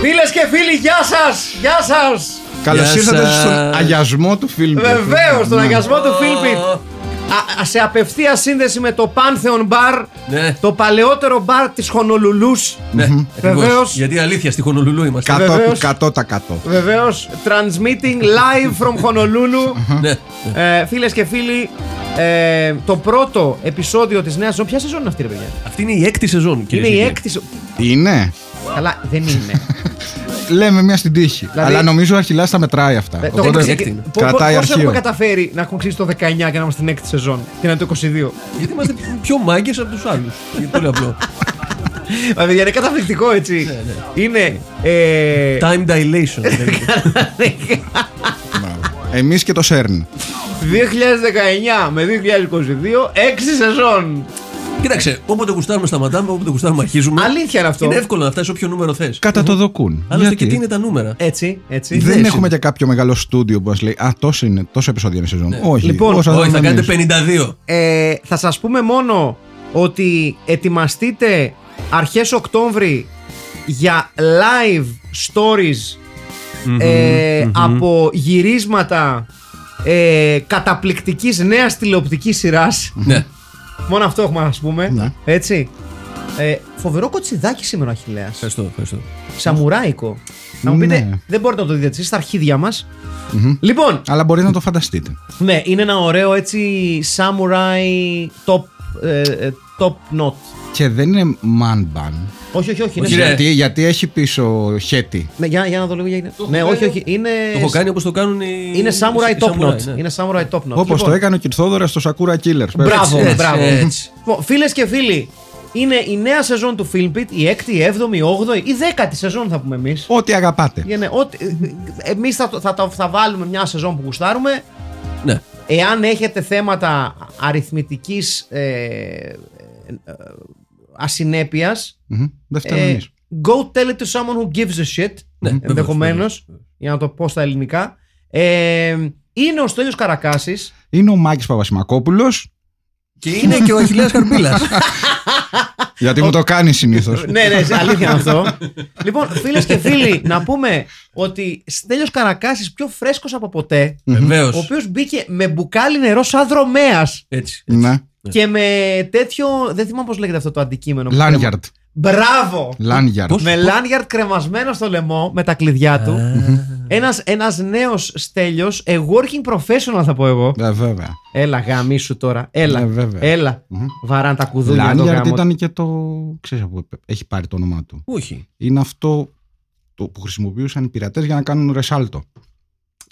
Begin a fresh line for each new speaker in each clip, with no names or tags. Φίλε και φίλοι, γεια σας! Γεια σας!
Καλώς
Γεια
ήρθατε
σας.
στον αγιασμό του φίλμου.
Βεβαίω, τον αγιασμό του Φίλιππιτ. Α- Σε απευθεία σύνδεση με το Pantheon Bar,
Ναι.
το παλαιότερο μπαρ της Χονολουλούς.
Ναι, ακριβώς.
Βεβαίως.
Γιατί αλήθεια, στη Χονολουλού είμαστε.
Κατώ,
βεβαίως.
κατώ τα κατώ.
Βεβαίως, transmitting live from Honolulu.
Ναι.
ε, Φίλες και φίλοι, ε, το πρώτο επεισόδιο της νέας σεζόν. Ποια σεζόν είναι αυτή, ρε παιδιά.
Αυτή είναι η έκτη σεζόν, κύριε.
Είναι η
Σιγηρή.
έκτη. σεζόν.
Είναι.
Καλά, δεν είναι.
Λέμε μια στην τύχη.
Δηλαδή-
Αλλά νομίζω ο Αχιλά τα μετράει αυτά.
Ε, το
Οπότε
έχουμε
έκτη
ξεκι-
είναι.
Πο- πο-
Κρατάει
Πώς
αρχείο.
έχουμε καταφέρει να έχουμε ξεκινήσει το 19 και να είμαστε στην έκτη σεζόν και να είναι το 22.
Γιατί είμαστε πιο μάγκες από τους άλλους. Πολύ απλό.
Μα παιδιά είναι καταπληκτικό έτσι. Είναι. ε,
Time dilation. δηλαδή.
Εμείς και το Σέρν.
2019 με 2022, 6 σεζόν.
Κοίταξε, όποτε γουστάρουμε σταματάμε, όποτε γουστάρουμε αρχίζουμε.
Αλήθεια είναι αυτό.
Είναι εύκολο να φτάσει όποιο νούμερο θες.
Κατά το δοκούν.
Άλλωστε και τι είναι τα νούμερα.
Έτσι, έτσι. Ναι.
Δεν
ιδέες
έχουμε
είναι.
και κάποιο μεγάλο στούντιο που μας λέει Α, τόσο είναι, τόσο επεισόδιο είναι η σεζόν. Όχι,
Λοιπόν,
όσα
Ναι. Όχι,
δούμε
θα
εμείς.
κάνετε 52.
Ε, θα σας πούμε μόνο ότι ετοιμαστείτε αρχές Οκτώβρη για live stories ε, από γυρίσματα ε, καταπληκτικής νέας τηλεοπτικής σειράς.
Ναι.
Μόνο αυτό έχουμε να σας πούμε.
Ναι.
Έτσι. Ε, φοβερό κοτσιδάκι σήμερα ο Αχιλέας.
Ευχαριστώ, ευχαριστώ.
Σαμουράικο. Να μου
Ναι.
πείτε, δεν μπορείτε να το δείτε εσείς στα αρχίδια μας. Λοιπόν,
Αλλά μπορείτε να το φανταστείτε.
ναι, είναι ένα ωραίο έτσι samurai top, ε, ε, top knot.
Και δεν είναι man ban.
Όχι, όχι, όχι. Είναι
Όχι,
σαν-
ρε.
Γιατί, γιατί έχει πίσω χέτι.
Λοιπόν.
Ναι, για, για να το λέω. Για... Ναι,
κάνει-
όχι, όχι. Είναι,
Το έχω κάνει όπως το κάνουν οι.
Ε, είναι samurai
οι
top knot.
ναι.
Είναι samurai top knot.
Όπως
Λοιπόν,
το έκανε ο Κυρθόδωρα στο Sakura Killers.
Μπράβο,
Έτσι,
μπράβο.
έτσι.
Λοιπόν, Φίλες και φίλοι, είναι η νέα σεζόν του Filmpit, η 6η, η 7η, η 8η, η 10η σεζόν θα πούμε εμείς.
Ό,τι αγαπάτε.
Εμείς θα, το- θα, το- θα βάλουμε μια σεζόν που γουστάρουμε.
Ναι.
Εάν έχετε θέματα αριθμητικής ε, ε, ε, ασυνέπειας,
Μμμ. Δεν φτάνουμε
ε,
εμείς.
go tell it to someone who gives a shit,
Ναι, βεβαίως,
ενδεχομένως,
βεβαίως.
για να το πω στα ελληνικά. Ε, είναι ο Στέλιος Καρακάσης.
Είναι ο Μάκης Παπασημακόπουλος.
Και είναι και ο Αχιλέας Καρμπίλας.
Γιατί μου το κάνει συνήθως.
ναι, ναι, σε- αλήθεια είναι αυτό. λοιπόν, φίλες και φίλοι, να πούμε ότι Στέλιος Καρακάσης πιο φρέσκος από ποτέ,
Βεβαίως.
ο οποίος μπήκε με μπουκάλι νερό σαν δρομέας
Έτσι.
Ναι.
και με τέτοιο, δεν θυμάμαι πώς λέγεται αυτό το αντικείμενο. που κρέμα-
Λάνιαρντ.
Μπράβο!
Λάνιαρντ.
Πώς-
Με λάνιαρτ κρεμασμένο στο λαιμό με τα κλειδιά του. Ένας, ένας νέος στέλιος, a working professional θα πω εγώ.
Ε, βέβαια.
Έλα γαμίσου τώρα, έλα,
Ε, βέβαια.
έλα.
Μμμ.
Βαράν τα κουδούνια εδώ
Λάνιαρντ
γάμο.
ήταν και το. Ξέρεις από πού έχει πάρει το όνομά του.
Όχι.
Είναι αυτό το που χρησιμοποιούσαν οι πειρατές για να κάνουν ρεσάλτο.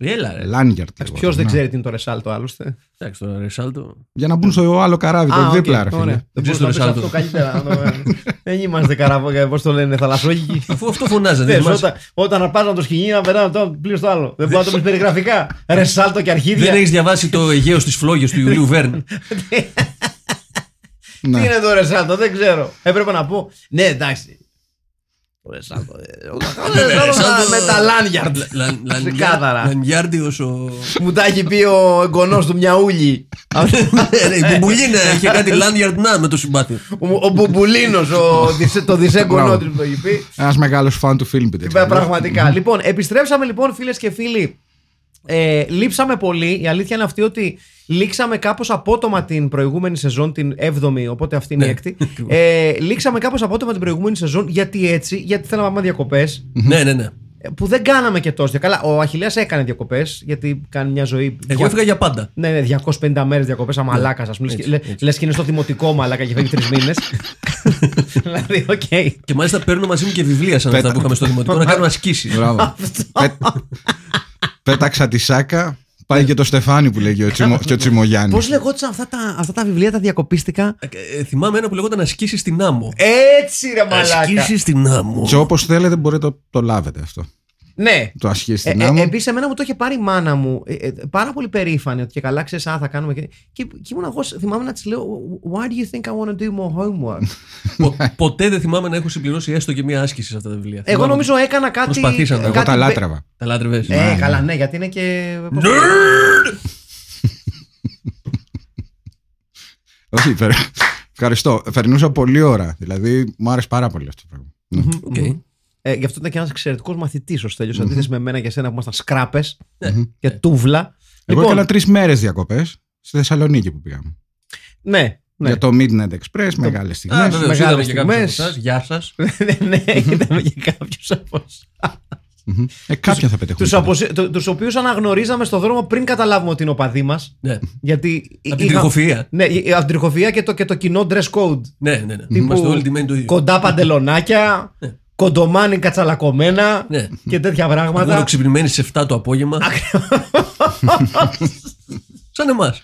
Έλα, ρε.
Λάνιαρντ.
Εντάξει,
λέγονταν,
Ποιος δεν
ναι.
ξέρει τι είναι το ρεσάλτο άλλωστε.
Εντάξει, τώρα Ρεσάλτο.
Για να μπουν στο άλλο καράβι,
Α,
το
οκ,
δίπλα, ρε
ωραία.
φίλε. Ναι.
Δεν
ξέρεις
μπορείς
το
να πεις
ρεσάλτο.
αυτό καλύτερα. να το- ε. Δεν είμαστε καράβο, πώς το λένε, θαλασσόγικοι.
Αφού αυτό φωνάζεται.
Θες,
δεν θυμάσαι.
Όταν, όταν πας να το σκηνή να περνάμε το πλήρως το άλλο. Δεν μπορώ να το πεις περιγραφικά. Ρεσάλτο και
Δεν
αρχίδια.
έχεις διαβάσει το Αιγαίος στι φλόγε του Ιουλίου Βέρν.
Τι
Ναι.
είναι το Ρεσάλτο, δεν ξέρω. Έπρεπε να πω. Ναι, εντάξει. Το Ρεσάλτο. ε, ο- το Ρεσάλτο με τα λάνιαρτ. Ξεκάθαρα.
Λανιάρντιος ο.
Μου τα έχει πει ο εγγονός του Μιαούλη.
Ε, ρε, Η Μπουμπουλίνα είχε κάτι Λάνιαρντ να με το συμπάθειο.
Ο, ο Μπουμπουλίνος, ο, δισέ- το δισέγγονό του μου το έχει πει.
Ένας μεγάλος φαν του Φίλμπιτ.
Πραγματικά. λοιπόν, επιστρέψαμε λοιπόν φίλες και φίλοι Ε, λείψαμε πολύ. Η αλήθεια είναι αυτή ότι λήξαμε κάπως απότομα την προηγούμενη σεζόν, την 7η, οπότε αυτή είναι η έκτη. Ε, λήξαμε κάπως απότομα την προηγούμενη σεζόν. Γιατί έτσι, γιατί θέλαμε να πάμε διακοπές.
ναι, ναι, ναι.
Που δεν κάναμε και τόσο. Καλά, ο Αχηλέα έκανε διακοπές, γιατί κάνει μια ζωή.
Εγώ Ε, έφυγα για πάντα.
Ναι, ναι, 250 μέρες διακοπές αμαλάκα, ας πούμε. Λε λες και είναι στο δημοτικό μαλάκα και φεύγει τρεις μήνες. δηλαδή, οκ.
Και μάλιστα παίρνω μαζί μου και βιβλία σαν αυτά που είχαμε στο δημοτικό να κάνω ασκήσεις.
Μπράβο. Πέ- Πέταξα τη σάκα. Πάει
Ναι.
και το Στεφάνι που λέει και ο, Τσιμο, και ο Τσιμογιάννης.
Πώς λεγόταν αυτά τα, αυτά τα βιβλία, τα διακοπίστηκα.
Ε, Θυμάμαι ένα που λεγόταν Ασκήσεις στην άμμο.
Έτσι ρε Ε, μαλάκα.
Ασκήσεις στην άμμο.
Και όπως θέλετε μπορείτε το, το λάβετε αυτό.
Ναι.
Το ασχίσει
Ε,
στην
ε,
άμμο.
Επίσης, εμένα μου το είχε πάρει η μάνα μου. ε, ε, πάρα πολύ περήφανη ότι και καλά ξέρεις, Α, θα κάνουμε. Και, και, και ήμουν εγώ, θυμάμαι να της λέω, Why do you think I want to do more homework?
Πο- ποτέ δεν θυμάμαι να έχω συμπληρώσει έστω και μία άσκηση σε αυτά τα βιβλία.
εγώ
Θυμάμαι.
νομίζω έκανα κάτι.
Προσπαθήσαμε. Εγώ
Εγώ τα
μπε-
λάτρευα.
Τα λάτρευες.
Ε, καλά, ναι, γιατί είναι και.
Ναι.
Όχι, φε- ευχαριστώ. Περνούσα πολλή ώρα. Δηλαδή μου άρεσε πάρα πολύ αυτό το πράγμα. Ναι.
Οκ.
Ε, γι' αυτό ήταν και ένας εξαιρετικός μαθητής ο Στέλιο, σε αντίθεση με εμένα και εσένα που ήμασταν σκράπες
Ε.
και τούβλα.
Εγώ
Ναι. λοιπόν,
έκανα τρεις μέρες διακοπές στη Θεσσαλονίκη που πήγαμε.
Ναι, ναι.
Για το Midnight Express, μεγάλες
Α,
στιγμές.
βεβαίως,
μεγάλες
είδαμε και κάποιους από
στιγμές.
εσάς. Γεια σας.
ναι, ναι, είδαμε και κάποιους από
Ε, κάποια θα πετύχουν.
Τους, αποσε... το- τους οποίους αναγνωρίζαμε στον δρόμο πριν καταλάβουμε ότι είναι οπαδοί μας.
Ναι.
Γιατί
Από την
είχα-
τριχοφυΐα.
Ναι, η- από την τριχοφυΐα και το, και το κοινό dress code.
Ναι, ναι, ναι. Είμαστε όλοι ντυμένοι το ίδιο. Ναι.
Κοντά παντελονάκια, κοντομάνι κατσαλακωμένα
Ναι.
και τέτοια
Μόνο
πράγματα.
ξυπνημένοι σε 7 το απόγευμα. Σαν εμάς.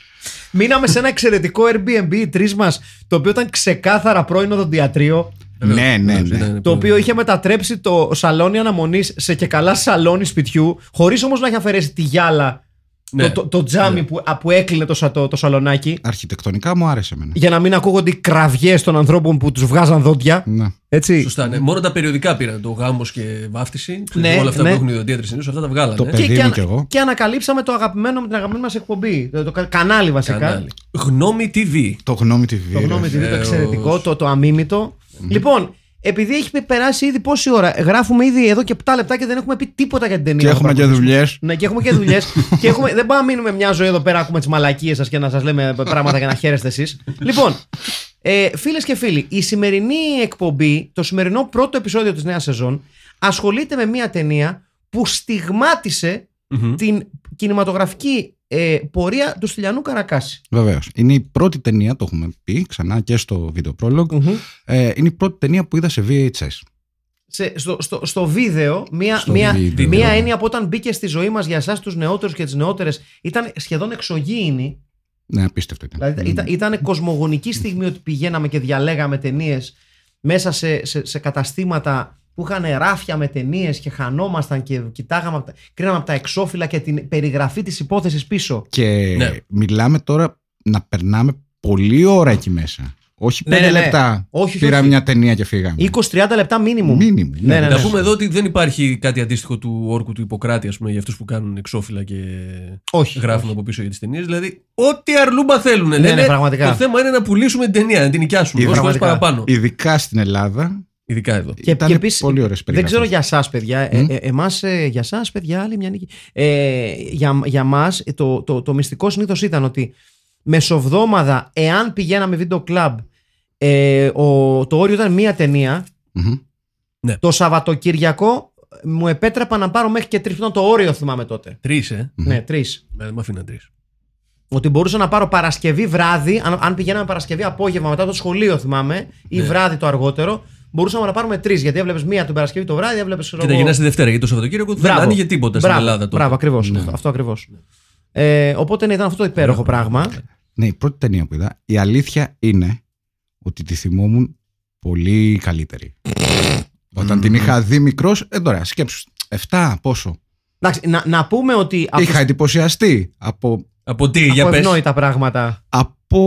Μείναμε σε ένα εξαιρετικό Airbnb οι τρεις μας, το οποίο ήταν ξεκάθαρα πρώην οδοντιατρίο.
Ναι, ναι, ναι.
Το οποίο είχε μετατρέψει το σαλόνι αναμονής σε και καλά σαλόνι σπιτιού, χωρίς όμως να έχει αφαιρέσει τη γυάλα,
Ναι.
το, το, το τζάμι που, α, που έκλεινε το, σα- το, το σαλονάκι.
Αρχιτεκτονικά μου άρεσε εμένα.
για να μην ακούγονται οι κραυγές των ανθρώπων που τους βγάζαν δόντια.
Ναι.
Έτσι.
Σωστά, ναι. Μόνο τα περιοδικά πήραν. Το γάμος και βάφτιση.
Ναι,
όλα αυτά
ναι.
που έχουν ιδιωτία τρισινού, αυτά τα βγάλανε.
Το παιδί
και,
μου
ανα-
κι εγώ.
και ανακαλύψαμε το αγαπημένο με την αγαπημένη μας εκπομπή. Το, το κα- κανάλι βασικά.
Κανάλι. Γνώμη TV.
Το γνώμη τη
Το γνώμη τη
Βεβαίως.
το εξαιρετικό, το, το αμίμητο. Λοιπόν, επειδή έχει περάσει ήδη πόση ώρα, γράφουμε ήδη εδώ και 7 λεπτά και δεν έχουμε πει τίποτα για την ταινία.
Και
να
έχουμε και
παρακολουθήσουμε.
δουλειές.
Ναι, και έχουμε και δουλειές. και έχουμε... δεν πάμε να μείνουμε μια ζωή εδώ πέρα, ακούμε τις μαλακίες σας και να σας λέμε πράγματα για να χαίρεστε εσείς. λοιπόν, ε, φίλες και φίλοι, η σημερινή εκπομπή, το σημερινό πρώτο επεισόδιο της νέας σεζόν, ασχολείται με μια ταινία που στιγματισε
Μμμ.
την κινηματογραφική ε, πορεία του Στυλιανού Καρακάση.
Βεβαίως. Είναι η πρώτη ταινία, το έχουμε πει ξανά και στο βίντεο πρόλογο. Ε, είναι η πρώτη ταινία που είδα σε VHS.
Σε, στο, στο, στο βίντεο, μία,
Στο
μία,
βίντεο.
μία έννοια που όταν μπήκε στη ζωή μας για εσάς τους νεότερους και τις νεότερες ήταν σχεδόν εξωγήινη.
Ναι, απίστευτο ήταν.
Δηλαδή ήταν, ήταν κοσμογονική στιγμή ότι πηγαίναμε και διαλέγαμε ταινίες μέσα σε, σε, σε καταστήματα που είχαν ράφια με ταινίες και χανόμασταν και κοιτάγαμε, απ' τα- κρίναμε από τα εξώφυλλα και την περιγραφή της υπόθεσης πίσω.
Και
Ναι.
μιλάμε τώρα να περνάμε πολλή ώρα εκεί μέσα. Όχι
Ναι,
πέντε
ναι, ναι.
λεπτά.
Όχι, όχι,
Πήρα
όχι.
μια ταινία και φύγαμε.
20-30 λεπτά μήνυμου.
Μίνιμουμ,
Ναι, ναι, ναι.
Να πούμε εδώ ότι δεν υπάρχει κάτι αντίστοιχο του όρκου του Ιπποκράτη, ας πούμε, για αυτούς που κάνουν εξώφυλλα και
Όχι.
γράφουν από πίσω για τις ταινίες. Δηλαδή, ό,τι αρλούμπα θέλουν. Ναι,
ναι, πραγματικά.
Το θέμα είναι να πουλήσουμε την ταινία, να την νοικιάσουμε. Όσε φορέ
Πραγματικά.
παραπάνω.
Ειδικά στην Ελλάδα.
Ειδικά εδώ.
Ναι. Και,
Ήταν
και επίσης,
πολύ ωραίες
Δεν
περιγραφές.
ξέρω για εσά, παιδιά. Ε,
Μμμ.
ε, εμάς, ε, για εσά, παιδιά, άλλη μια νίκη. Ε, για, για μας, το, το, το μυστικό συνήθως ήταν ότι μεσοβδόμαδα, εάν πηγαίναμε βίντεο κλαμπ, ε, ο, το όριο ήταν μία ταινία.
Μμμ.
Το Σαββατοκύριακο ε, μου επέτρεπα να πάρω μέχρι και τρεις. Ήταν το όριο, θυμάμαι τότε.
Τρεις, ε.
Ναι, τρεις.
Ε, Δεν με αφήναν τρεις.
Ότι μπορούσα να πάρω Παρασκευή βράδυ, αν, αν πηγαίναμε Παρασκευή απόγευμα μετά το σχολείο, θυμάμαι, ή βράδυ το αργότερο, μπορούσαμε να πάρουμε τρεις. Γιατί έβλεπες μία την Παρασκευή το βράδυ, έβλεπες.
Και τα γυρνάς τη Δευτέρα γιατί το Σαββατοκύριακο δεν άνοιγε τίποτα στην Ελλάδα τότε. Ναι.
Μπράβο, ακριβώς. Αυτό, αυτό ακριβώς. Ε, οπότε ναι, ήταν αυτό το υπέροχο πράγμα.
Ναι, η πρώτη ταινία που είδα. Η αλήθεια είναι ότι τη θυμόμουν πολύ καλύτερη. Όταν την είχα δει μικρός, ε τώρα σκέψου. 7 πόσο.
Εντάξει, να, να πούμε ότι από,
Είχα εντυπωσιαστεί από.
Από τι, για
από
πες.
ευνόητα πράγματα.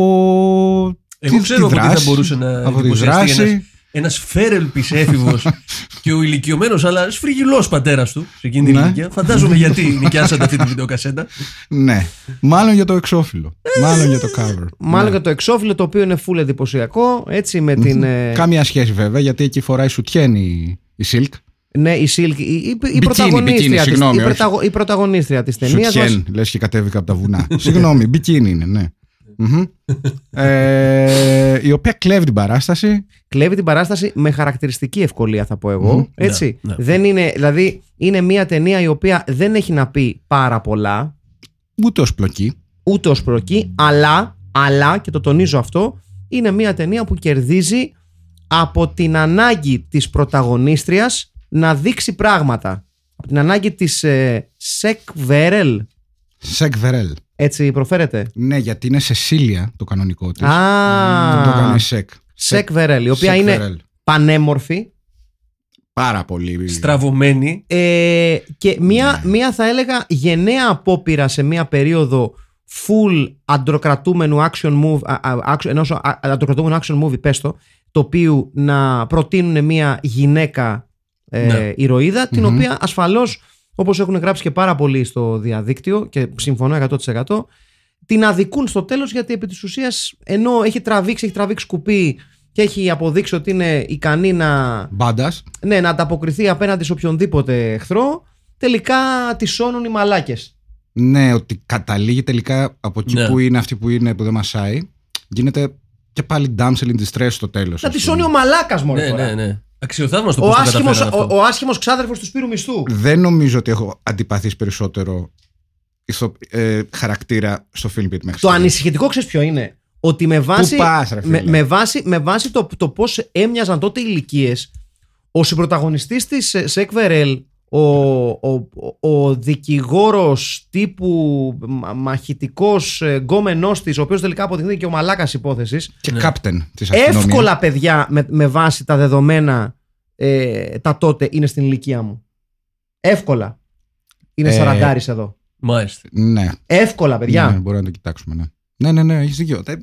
από
Εγώ
τη- τη
ξέρω από τι θα
δράση,
μπορούσε να
Από τη δράση.
Ένας φέρελπης έφηβος και ο ηλικιωμένος αλλά σφριγγυλός πατέρας του σε εκείνη την
Ναι.
ηλικία. Φαντάζομαι γιατί νοικιάσατε αυτή τη βιντεοκασέτα.
Ναι. Μάλλον για το εξώφυλλο.
Ε.
Μάλλον για το cover.
Μάλλον
Ναι.
και το εξώφυλλο το οποίο είναι full εντυπωσιακό. Έτσι με την. ε,
Κάμια σχέση βέβαια, γιατί εκεί φοράει σουτιέν η, η Silk.
Ναι, η Σίλκη. Η, η, η
Μπικίνι,
πρωταγωνίστρια,
μπικίνι,
της-
συγγνώμη,
η,
όχι.
πρωταγω- η πρωταγωνίστρια της ταινίας μας.
Σουτιέν, λες και κατέβηκα από τα βουνά. Συγγνώμη, μπικίνι είναι, ναι. Μμμ. Ε, η οποία κλέβει την παράσταση.
Κλέβει την παράσταση με χαρακτηριστική ευκολία, θα πω εγώ.
Μμμ.
Έτσι.
Ναι, ναι.
Δεν είναι, δηλαδή, είναι μια ταινία η οποία δεν έχει να πει πάρα πολλά.
Ούτε ως πλοκή.
ούτε ως προκεί, αλλά, αλλά, και το τονίζω αυτό, είναι μια ταινία που κερδίζει από την ανάγκη της πρωταγωνίστριας να δείξει πράγματα. Από την ανάγκη της ε, Σεκ Βέρελ,
Σεκ Βερέλ.
έτσι προφέρεται.
Ναι, γιατί είναι Σεσίλια το κανονικό της. Δεν το
Α,
έκανε Σεκ.
Σεκ Βέρελ, η οποία
Σεκ
είναι
Βερέλ.
πανέμορφη
Πάρα πολύ.
Στραβωμένη.
ε, και μια, μια θα έλεγα γενναία απόπειρα σε μια περίοδο full αντροκρατούμενου action movie, α, α, action, ενός α- α- αντροκρατούμενου action movie, πες το, το οποίο να προτείνουν μια γυναίκα ε,
Ναι.
ηρωίδα, την
Μμμ.
οποία ασφαλώς, όπως έχουν γράψει και πάρα πολλοί στο διαδίκτυο και συμφωνώ 100%, την αδικούν στο τέλος γιατί επί της ουσίας ενώ έχει τραβήξει, έχει τραβήξει σκουπί και έχει αποδείξει ότι είναι ικανή να
Μπάντας.
ναι, να ανταποκριθεί απέναντι σε οποιονδήποτε εχθρό, τελικά τη σώνουν οι μαλάκες.
Ναι, ότι καταλήγει τελικά από εκεί
Ναι.
που είναι αυτή που είναι που δεν μασάει. Γίνεται και πάλι damsel in distress στο τέλος.
Να τη σώνει ο μαλάκας μόνο.
Ναι, ναι, ναι. Αξιοθαύμαστο
Ο
πώς το
άσχημος
καταφέραν
ο,
αυτό. Ναι,
ο άσχημος ξάδερφος του σπύρου μισθού.
Δεν νομίζω ότι έχω αντιπαθείς περισσότερο ηθο... ε, χαρακτήρα στο film Pit μέχρι
Το
στιγμής.
ανησυχητικό ξέρεις ποιο είναι. Ότι με βάση,
πας, ρε φίλε.
με, με βάση, με βάση το, το πώς έμοιαζαν τότε οι ηλικίες, ο συμπροταγωνιστής της ε, Σεκ Βερέλ, ο, ο, ο, ο δικηγόρος τύπου μα- μαχητικός ε, γκόμενός της, ο οποίος τελικά αποδεικνύεται και ο μαλάκας υπόθεσης,
Και
Ναι.
captain της αστυνομίας.
εύκολα παιδιά με, με βάση τα δεδομένα ε, τα τότε είναι στην ηλικία μου. Εύκολα. Είναι
Ε,
σαραντάρης εδώ.
Μάλιστα.
Ναι,
Εύκολα, παιδιά.
ναι, μπορούμε να το κοιτάξουμε. Ναι, ναι, ναι, ναι έχεις δίκιο. Ε,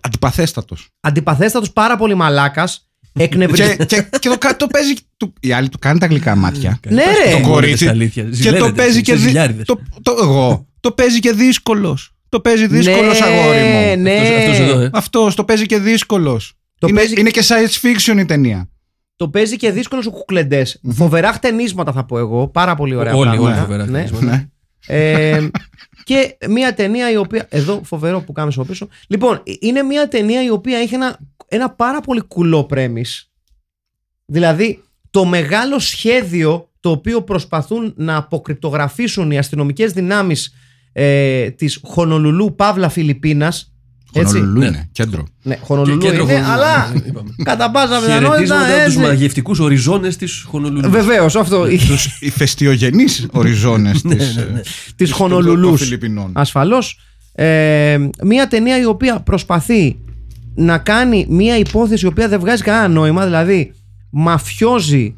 Αντιπαθέστατος.
Αντιπαθέστατος πάρα πολύ μαλάκας. Εκνευριστικός.
και, και, και το, κα- το παίζει. Το, η άλλη του κάνει τα γλυκά μάτια.
Ναι, ρε.
Το κορίτσι.
Στα αλήθεια.
και το
Ζηλεύεται,
παίζει και
σε
δι-
ζηλιάριδες.
το, το, εγώ. Το παίζει και δύσκολος. Το παίζει δύσκολος
ναι,
αγόρι μου.
Ναι,
Αυτός- αυτός εδώ, ε.
Αυτός το παίζει και δύσκολος.
Το
είναι,
παίζει-
είναι και science fiction η ταινία.
Το παίζει και δύσκολος ο κουκλεντές. Φοβερά χτενίσματα θα πω εγώ. Πάρα πολύ ωραία
Όλοι,
πράγματα.
όλοι φοβερά
Ναι.
χτενίσματα.
Ναι.
Ε, και μια ταινία η οποία. Εδώ φοβερό που κάμε στο πίσω. Λοιπόν, είναι μια ταινία η οποία έχει ένα, ένα πάρα πολύ κουλό πρέμι. Δηλαδή, το μεγάλο σχέδιο το οποίο προσπαθούν να αποκρυπτογραφήσουν οι αστυνομικές δυνάμεις ε, της Χονολουλού Παύλα Φιλιππίνας έτσι,
Χονολουλού
Ναι.
είναι, κέντρο.
ναι,
Και
Χονολουλού
κέντρο
είναι,
χορηγού,
αλλά
είπαμε.
κατά πάσα πιθανότητα
Χαιρετίζουμε τους
έτσι.
μαγευτικούς οριζόνες της Χονολουλού.
Βεβαίως, αυτό,
Οι φεστιογενείς οριζόνες
Ναι,
της.
της Χονολουλούς.
Φιλιππινών.
ασφαλώς ε, μια ταινία η οποία προσπαθεί να κάνει μια υπόθεση η οποία δεν βγάζει κανένα νόημα δηλαδή μαφιόζοι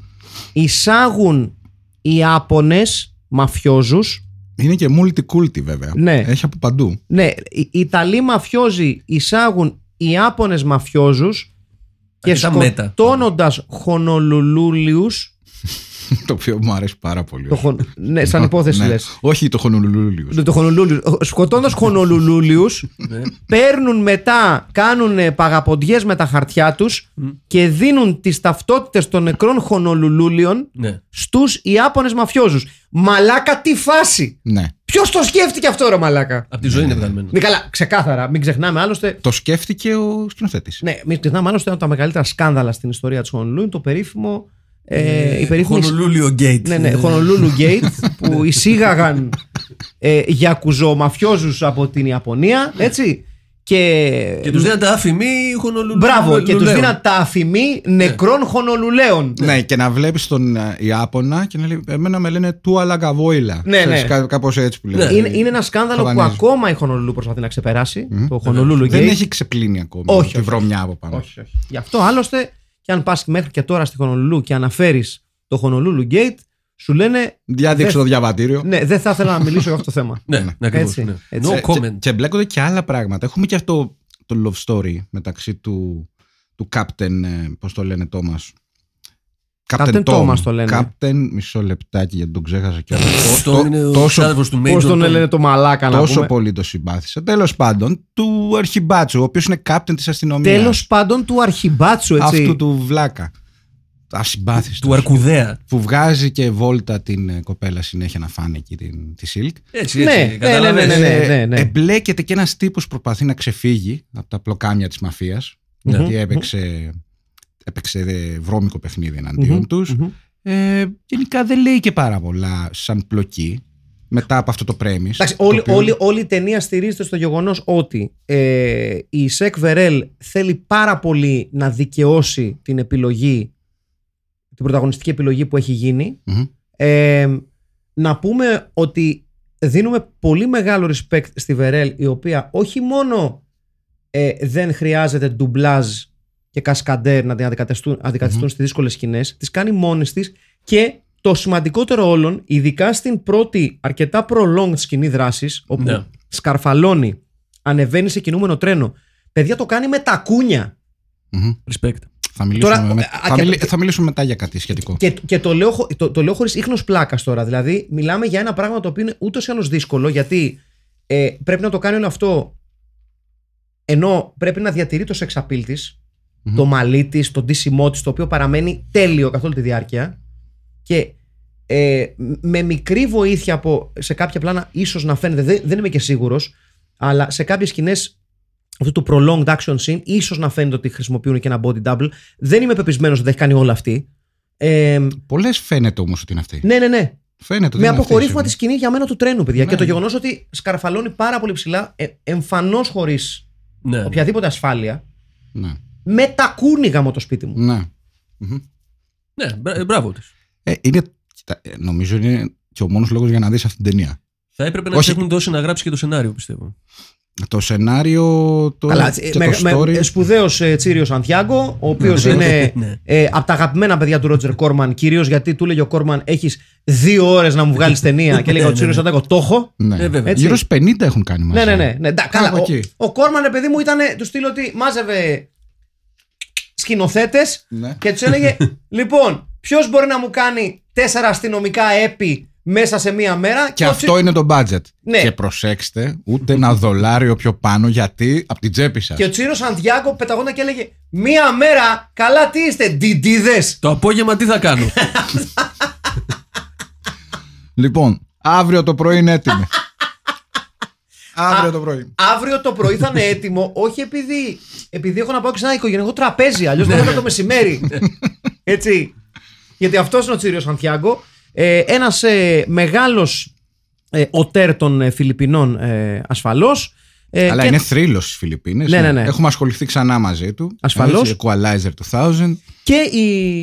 εισάγουν οι Άπωνες μαφιόζους
Είναι και multi-culti βέβαια.
Ναι.
Έχει από παντού.
ναι οι Ιταλοί μαφιόζοι εισάγουν οι Άπωνες μαφιόζους και
Αρκετά μέτα.
σκοτώνοντας χονολουλούλιους
το οποίο μου αρέσει πάρα πολύ.
το χον- ναι, σαν υπόθεση
Ναι.
λες
Όχι το χονολουλούλιο.
Ναι, το χονολούλιους, σκοτώνοντας χονολουλούλιους
Ναι.
παίρνουν μετά, κάνουν ε, παγαποντιές με τα χαρτιά τους και δίνουν τις ταυτότητες των νεκρών χονολουλούλιων
Ναι.
στους Ιάπωνες μαφιόζους. Μαλάκα τι φάση!
Ναι.
Ποιος το σκέφτηκε αυτό ρε μαλάκα!
Απ' τη ζωή είναι βγαλμένο.
Ναι καλά, ξεκάθαρα, μην ξεχνάμε άλλωστε...
Το σκέφτηκε ο σκηνοθέτης.
Ναι, μην ξεχνάμε άλλωστε ένα από τα μεγαλύτερα σκάνδαλα στην ιστορία της Χονολούλου είναι το περίφημο... Ε, η περίφημη...
Χονολούλιο Γκέιτ.
Ναι, ναι, Χονολούλου Γκέιτ που
Ναι.
εισήγαγαν ε, γιακουζομαφιόζους από την Ιαπωνία,
Ναι.
έτσι. Και,
Και τους δίναν τα αφημί Χονολούλιο.
Μπράβο, και τους
Λουλέων.
δίναν τα αφημί νεκρών χονολουλαίων.
Ναι, και να βλέπεις τον ε, Ιάπωνα και να λέει: Εμένα με λένε του αλαγκαβόιλα.
Ναι, ναι.
Κάπως έτσι που
Ναι.
λέει.
Είναι, είναι ένα σκάνδαλο που
Χαβανίζει.
ακόμα η Χονολούλου προσπαθεί να ξεπεράσει. Το Χονολούλου
Δεν
Gate.
έχει ξεπλύνει ακόμα
Όχι,
τη
όχι.
βρωμιά από πάνω.
Όχι, όχι. Γι' αυτό άλλωστε, και αν πας μέχρι και τώρα στη Χονολούλου και αναφέρεις το Χονολούλου Gate, σου λένε
Διάδειξε
Δεν-
το διαβατήριο.
Ναι, δεν θα ήθελα να μιλήσω για αυτό το θέμα.
Ναι,
Ναι.
ναι, ακριβώς,
Έτσι,
ναι.
έτσι.
No
Ε, Και,
comment.
και μπλέκονται και άλλα πράγματα. Έχουμε και αυτό το love story μεταξύ του, του Captain, ε, πώς το λένε, Thomas.
Captain Thomas το λένε.
Captain, μισό λεπτάκι γιατί τον ξέχασα και
Ε, Αυτό είναι ο
τόσο,
συνάδελφο του Μέιντον.
Πώς τον έλεγε το μαλάκα να
τόσο
πούμε.
πολύ το συμπάθησα. Τέλος πάντων, του ναι. Αρχιμπάτσου, ο οποίος είναι Captain της αστυνομίας.
Τέλος πάντων του αρχιμπάτσου, έτσι.
Αυτού του Βλάκα. ασυμπάθιστος
του Αρκουδέα.
που βγάζει και βόλτα την ε, κοπέλα συνέχεια να φάνε εκεί την, τη Silk.
Έτσι,
Ναι,
έτσι.
ναι,
καταλαβες.
ναι, ναι, ναι.
Ε, Εμπλέκεται και ένας τύπος που προσπαθεί να ξεφύγει από τα πλοκάμια της μαφίας γιατί έπαιξε, έπαιξε δε, βρώμικο παιχνίδι εναντίον
Μμμ,
τους.
μμμ.
Ε, γενικά δεν λέει και πάρα πολλά σαν πλοκή μετά από αυτό το premise.
Εντάξει,
το
όλη,
οποίο-
όλη, όλη η ταινία στηρίζεται στο γεγονός ότι ε, η Σεκ Βερέλ θέλει πάρα πολύ να δικαιώσει την επιλογή, την πρωταγωνιστική επιλογή που έχει γίνει.
Μμμ.
Ε, να πούμε ότι δίνουμε πολύ μεγάλο respect στη Βερέλ, η οποία όχι μόνο ε, δεν χρειάζεται ντουμπλάζ και κασκαντέρ να την αντικατεστούν, αντικαθιστούν στις δύσκολες σκηνές, τις κάνει μόνης της και το σημαντικότερο όλων, ειδικά στην πρώτη αρκετά prolonged σκηνή δράσης, όπου
Ναι.
σκαρφαλώνει, ανεβαίνει σε κινούμενο τρένο, παιδιά το κάνει με τα κούνια.
Μμμ.
Respect.
Θα μιλήσουμε,
Τώρα,
με-
α,
θα,
και-
μιλ- θα μιλήσουμε μετά για κάτι σχετικό.
Και, και το, λέω, χω- το, το λέω χωρίς ίχνος πλάκας τώρα. Δηλαδή, μιλάμε για ένα πράγμα το οποίο είναι ούτως ή άλλως δύσκολο, γιατί ε, πρέπει να το κάνει όλο αυτό, ενώ πρέπει να διατηρεί το σεξ appeal της,
Μμμ.
το μαλλί της, το ντύσιμό της, το οποίο παραμένει τέλειο καθ' όλη τη διάρκεια. Και ε, με μικρή βοήθεια από, σε κάποια πλάνα, ίσως να φαίνεται, δεν, δεν είμαι και σίγουρος, αλλά σε κάποιες σκηνές αυτού του prolonged action scene, ίσως να φαίνεται ότι χρησιμοποιούν και ένα body double. Δεν είμαι πεπισμένος ότι τα έχει κάνει όλα αυτή. Ε,
Πολλές φαίνεται όμως ότι είναι αυτή.
ναι, ναι, ναι.
Φαίνεται ότι
Με
είναι αυτή,
αποκορύφωμα τη
σίγουρα.
σκηνή για μένα του τρένου, παιδιά.
Ναι.
Και το γεγονός ότι σκαρφαλώνει πάρα πολύ ψηλά, ε, εμφανώς χωρίς
Ναι.
οποιαδήποτε ασφάλεια,
Ναι.
με τα κούνηγα μου το σπίτι μου.
ναι.
ναι, μπρα- μπράβο της.
Ε, είναι, κοίτα, ε, νομίζω είναι και ο μόνος λόγος για να δεις αυτή την ταινία.
Θα έπρεπε να
Όχι.
τη έχουν δώσει να γράψει και το σενάριο, πιστεύω.
Το σενάριο.
Ναι.
Το,
Καλά,
και
ε,
το
με,
story.
σπουδαίο Τσίριο Σαντιάγκο, ο οποίος είναι
Ναι.
ε, από τα αγαπημένα παιδιά του Ρότζερ Κόρμαν, κυρίως γιατί του λέγει ο Κόρμαν: Έχεις δύο ώρες να μου βγάλεις ταινία. και λέει ο
Ναι,
Τσίριο
ναι,
Σαντιάγκο: Το έχω.
ναι.
Ε, βέβαια.
Έτσι.
Γύρω στους 50 έχουν κάνει μαζί.
Ναι, ναι, ναι. ναι. εντάξει, καλά,
Κάπου
ο,
εκεί.
ο Κόρμαν, ρε παιδί μου, ήταν του στυλ ότι μάζευε σκηνοθέτες
Ναι.
και τους έλεγε: Λοιπόν, ποιος μπορεί να μου κάνει τέσσερα αστυνομικά έπι μέσα σε μία μέρα.
Και
ο
αυτό
Τσι-
είναι το budget.
Ναι.
Και προσέξτε, ούτε ένα δολάριο πιο πάνω γιατί από την τσέπη σας.
Και ο Τσίρος Σαντιάκο πεταγόταν και έλεγε: Μία μέρα, καλά τι είστε, ντιντίδε.
Το απόγευμα τι θα κάνω.
Λοιπόν, αύριο το πρωί είναι έτοιμη. αύριο το πρωί.
Αύριο το πρωί θα είναι έτοιμο, όχι επειδή, επειδή έχω να πάω και σε ένα οικογενειακό τραπέζι. Αλλιώς δεν θα το μεσημέρι. Έτσι. Γιατί αυτός είναι ο Τσίριος Σαντιάγκο. Ε, Ένας ε, μεγάλος ε, οτέρ των ε, Φιλιππινών ε, ασφαλώς. Ε,
Αλλά
και-
είναι θρύλος στις Φιλιππίνες.
Ναι, ναι, ναι.
ε. Έχουμε ασχοληθεί ξανά μαζί του.
Ασφαλώς.
Έτσι, Equalizer 2000.
Και η,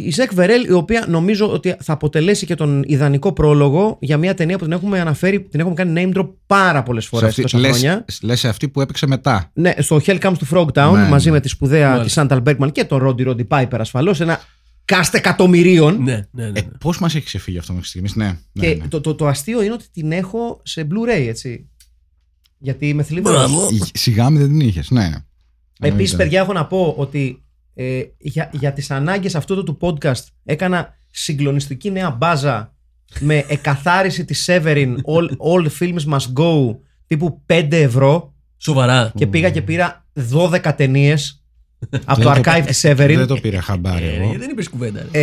η Σεκ Βερέλ, η οποία νομίζω ότι θα αποτελέσει και τον ιδανικό πρόλογο για μια ταινία που την έχουμε αναφέρει, την έχουμε κάνει name drop πάρα πολλές φορέ
Σε
τόσα
αυτή- λες-
χρόνια.
λες σε αυτή που έπαιξε μετά.
Ναι, στο Hell Comes to Frog Town
Ναι,
μαζί
ναι.
με τη σπουδαία τη
Μάλιστα.
Σάνταλ Μπέρκμαν και τον Ρόντι Ρόντι Πάιπερ ασφαλώς. Ένα κάστε εκατομμυρίων.
ναι, ναι, ναι.
Ε,
ναι.
Πώς μας έχει ξεφύγει αυτό μέχρι στιγμής, ναι. ναι,
και
ναι.
Το, το, το αστείο είναι ότι την έχω σε Blu-ray, έτσι. Γιατί είμαι θλιμμένο.
Μπράβο.
Η- Σιγά μην δεν την είχες, ναι.
Επίσης,
Εννοείται.
παιδιά, έχω να πω ότι ε, για, για τις ανάγκες αυτού του podcast έκανα συγκλονιστική νέα μπάζα με εκαθάριση της Severin all, all Films Must Go τύπου 5 ευρώ
Σοβαρά.
και πήγα και πήρα 12 ταινίες από το
Δεν το-
archive της
Δεν
Severin.
το πήρα χαμπάρι
Ε,
εγώ.
δεν είπες κουβέντα. ρε.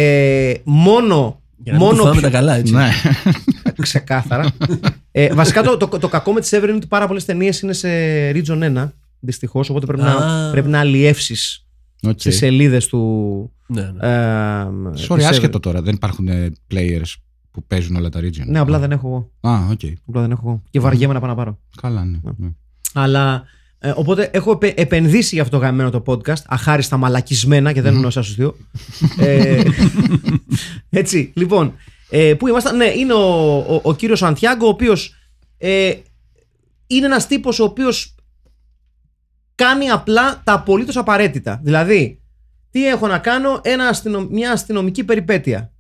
Ε, μόνο.
Για να μην το
μόνο
φάμε
πιο-
τα καλά, έτσι.
ε,
Ναι.
ξεκάθαρα. ε, βασικά το, το, το κακό με τη Severin είναι ότι πάρα πολλές ταινίες είναι σε Region 1. Δυστυχώς. Οπότε πρέπει να,
Α.
πρέπει να αλλιεύσεις
Οκ.
τις σελίδες του.
Ναι, ναι.
Ε,
Sorry,
της
άσχετο
Severin.
τώρα. Δεν υπάρχουν ε, players που παίζουν όλα τα region.
Ναι, απλά δεν έχω εγώ.
Α, οκ.
Απλά δεν έχω εγώ. Και βαριέμαι να πάω να πάρω.
Καλά, ναι. ναι.
Αλλά. ε, οπότε έχω επε- επενδύσει για αυτό το γαμμένο το podcast. Αχάριστα μαλακισμένα και δεν εννοώ εσά του δύο. Ε, έτσι, λοιπόν. Ε, πού ήμασταν, ναι, είναι ο, ο, ο κύριος Σαντιάγκο, ο οποίος ε, είναι ένας τύπος ο οποίος κάνει απλά τα απολύτως απαραίτητα. Δηλαδή, τι έχω να κάνω, ένα αστυνο- μια αστυνομική περιπέτεια.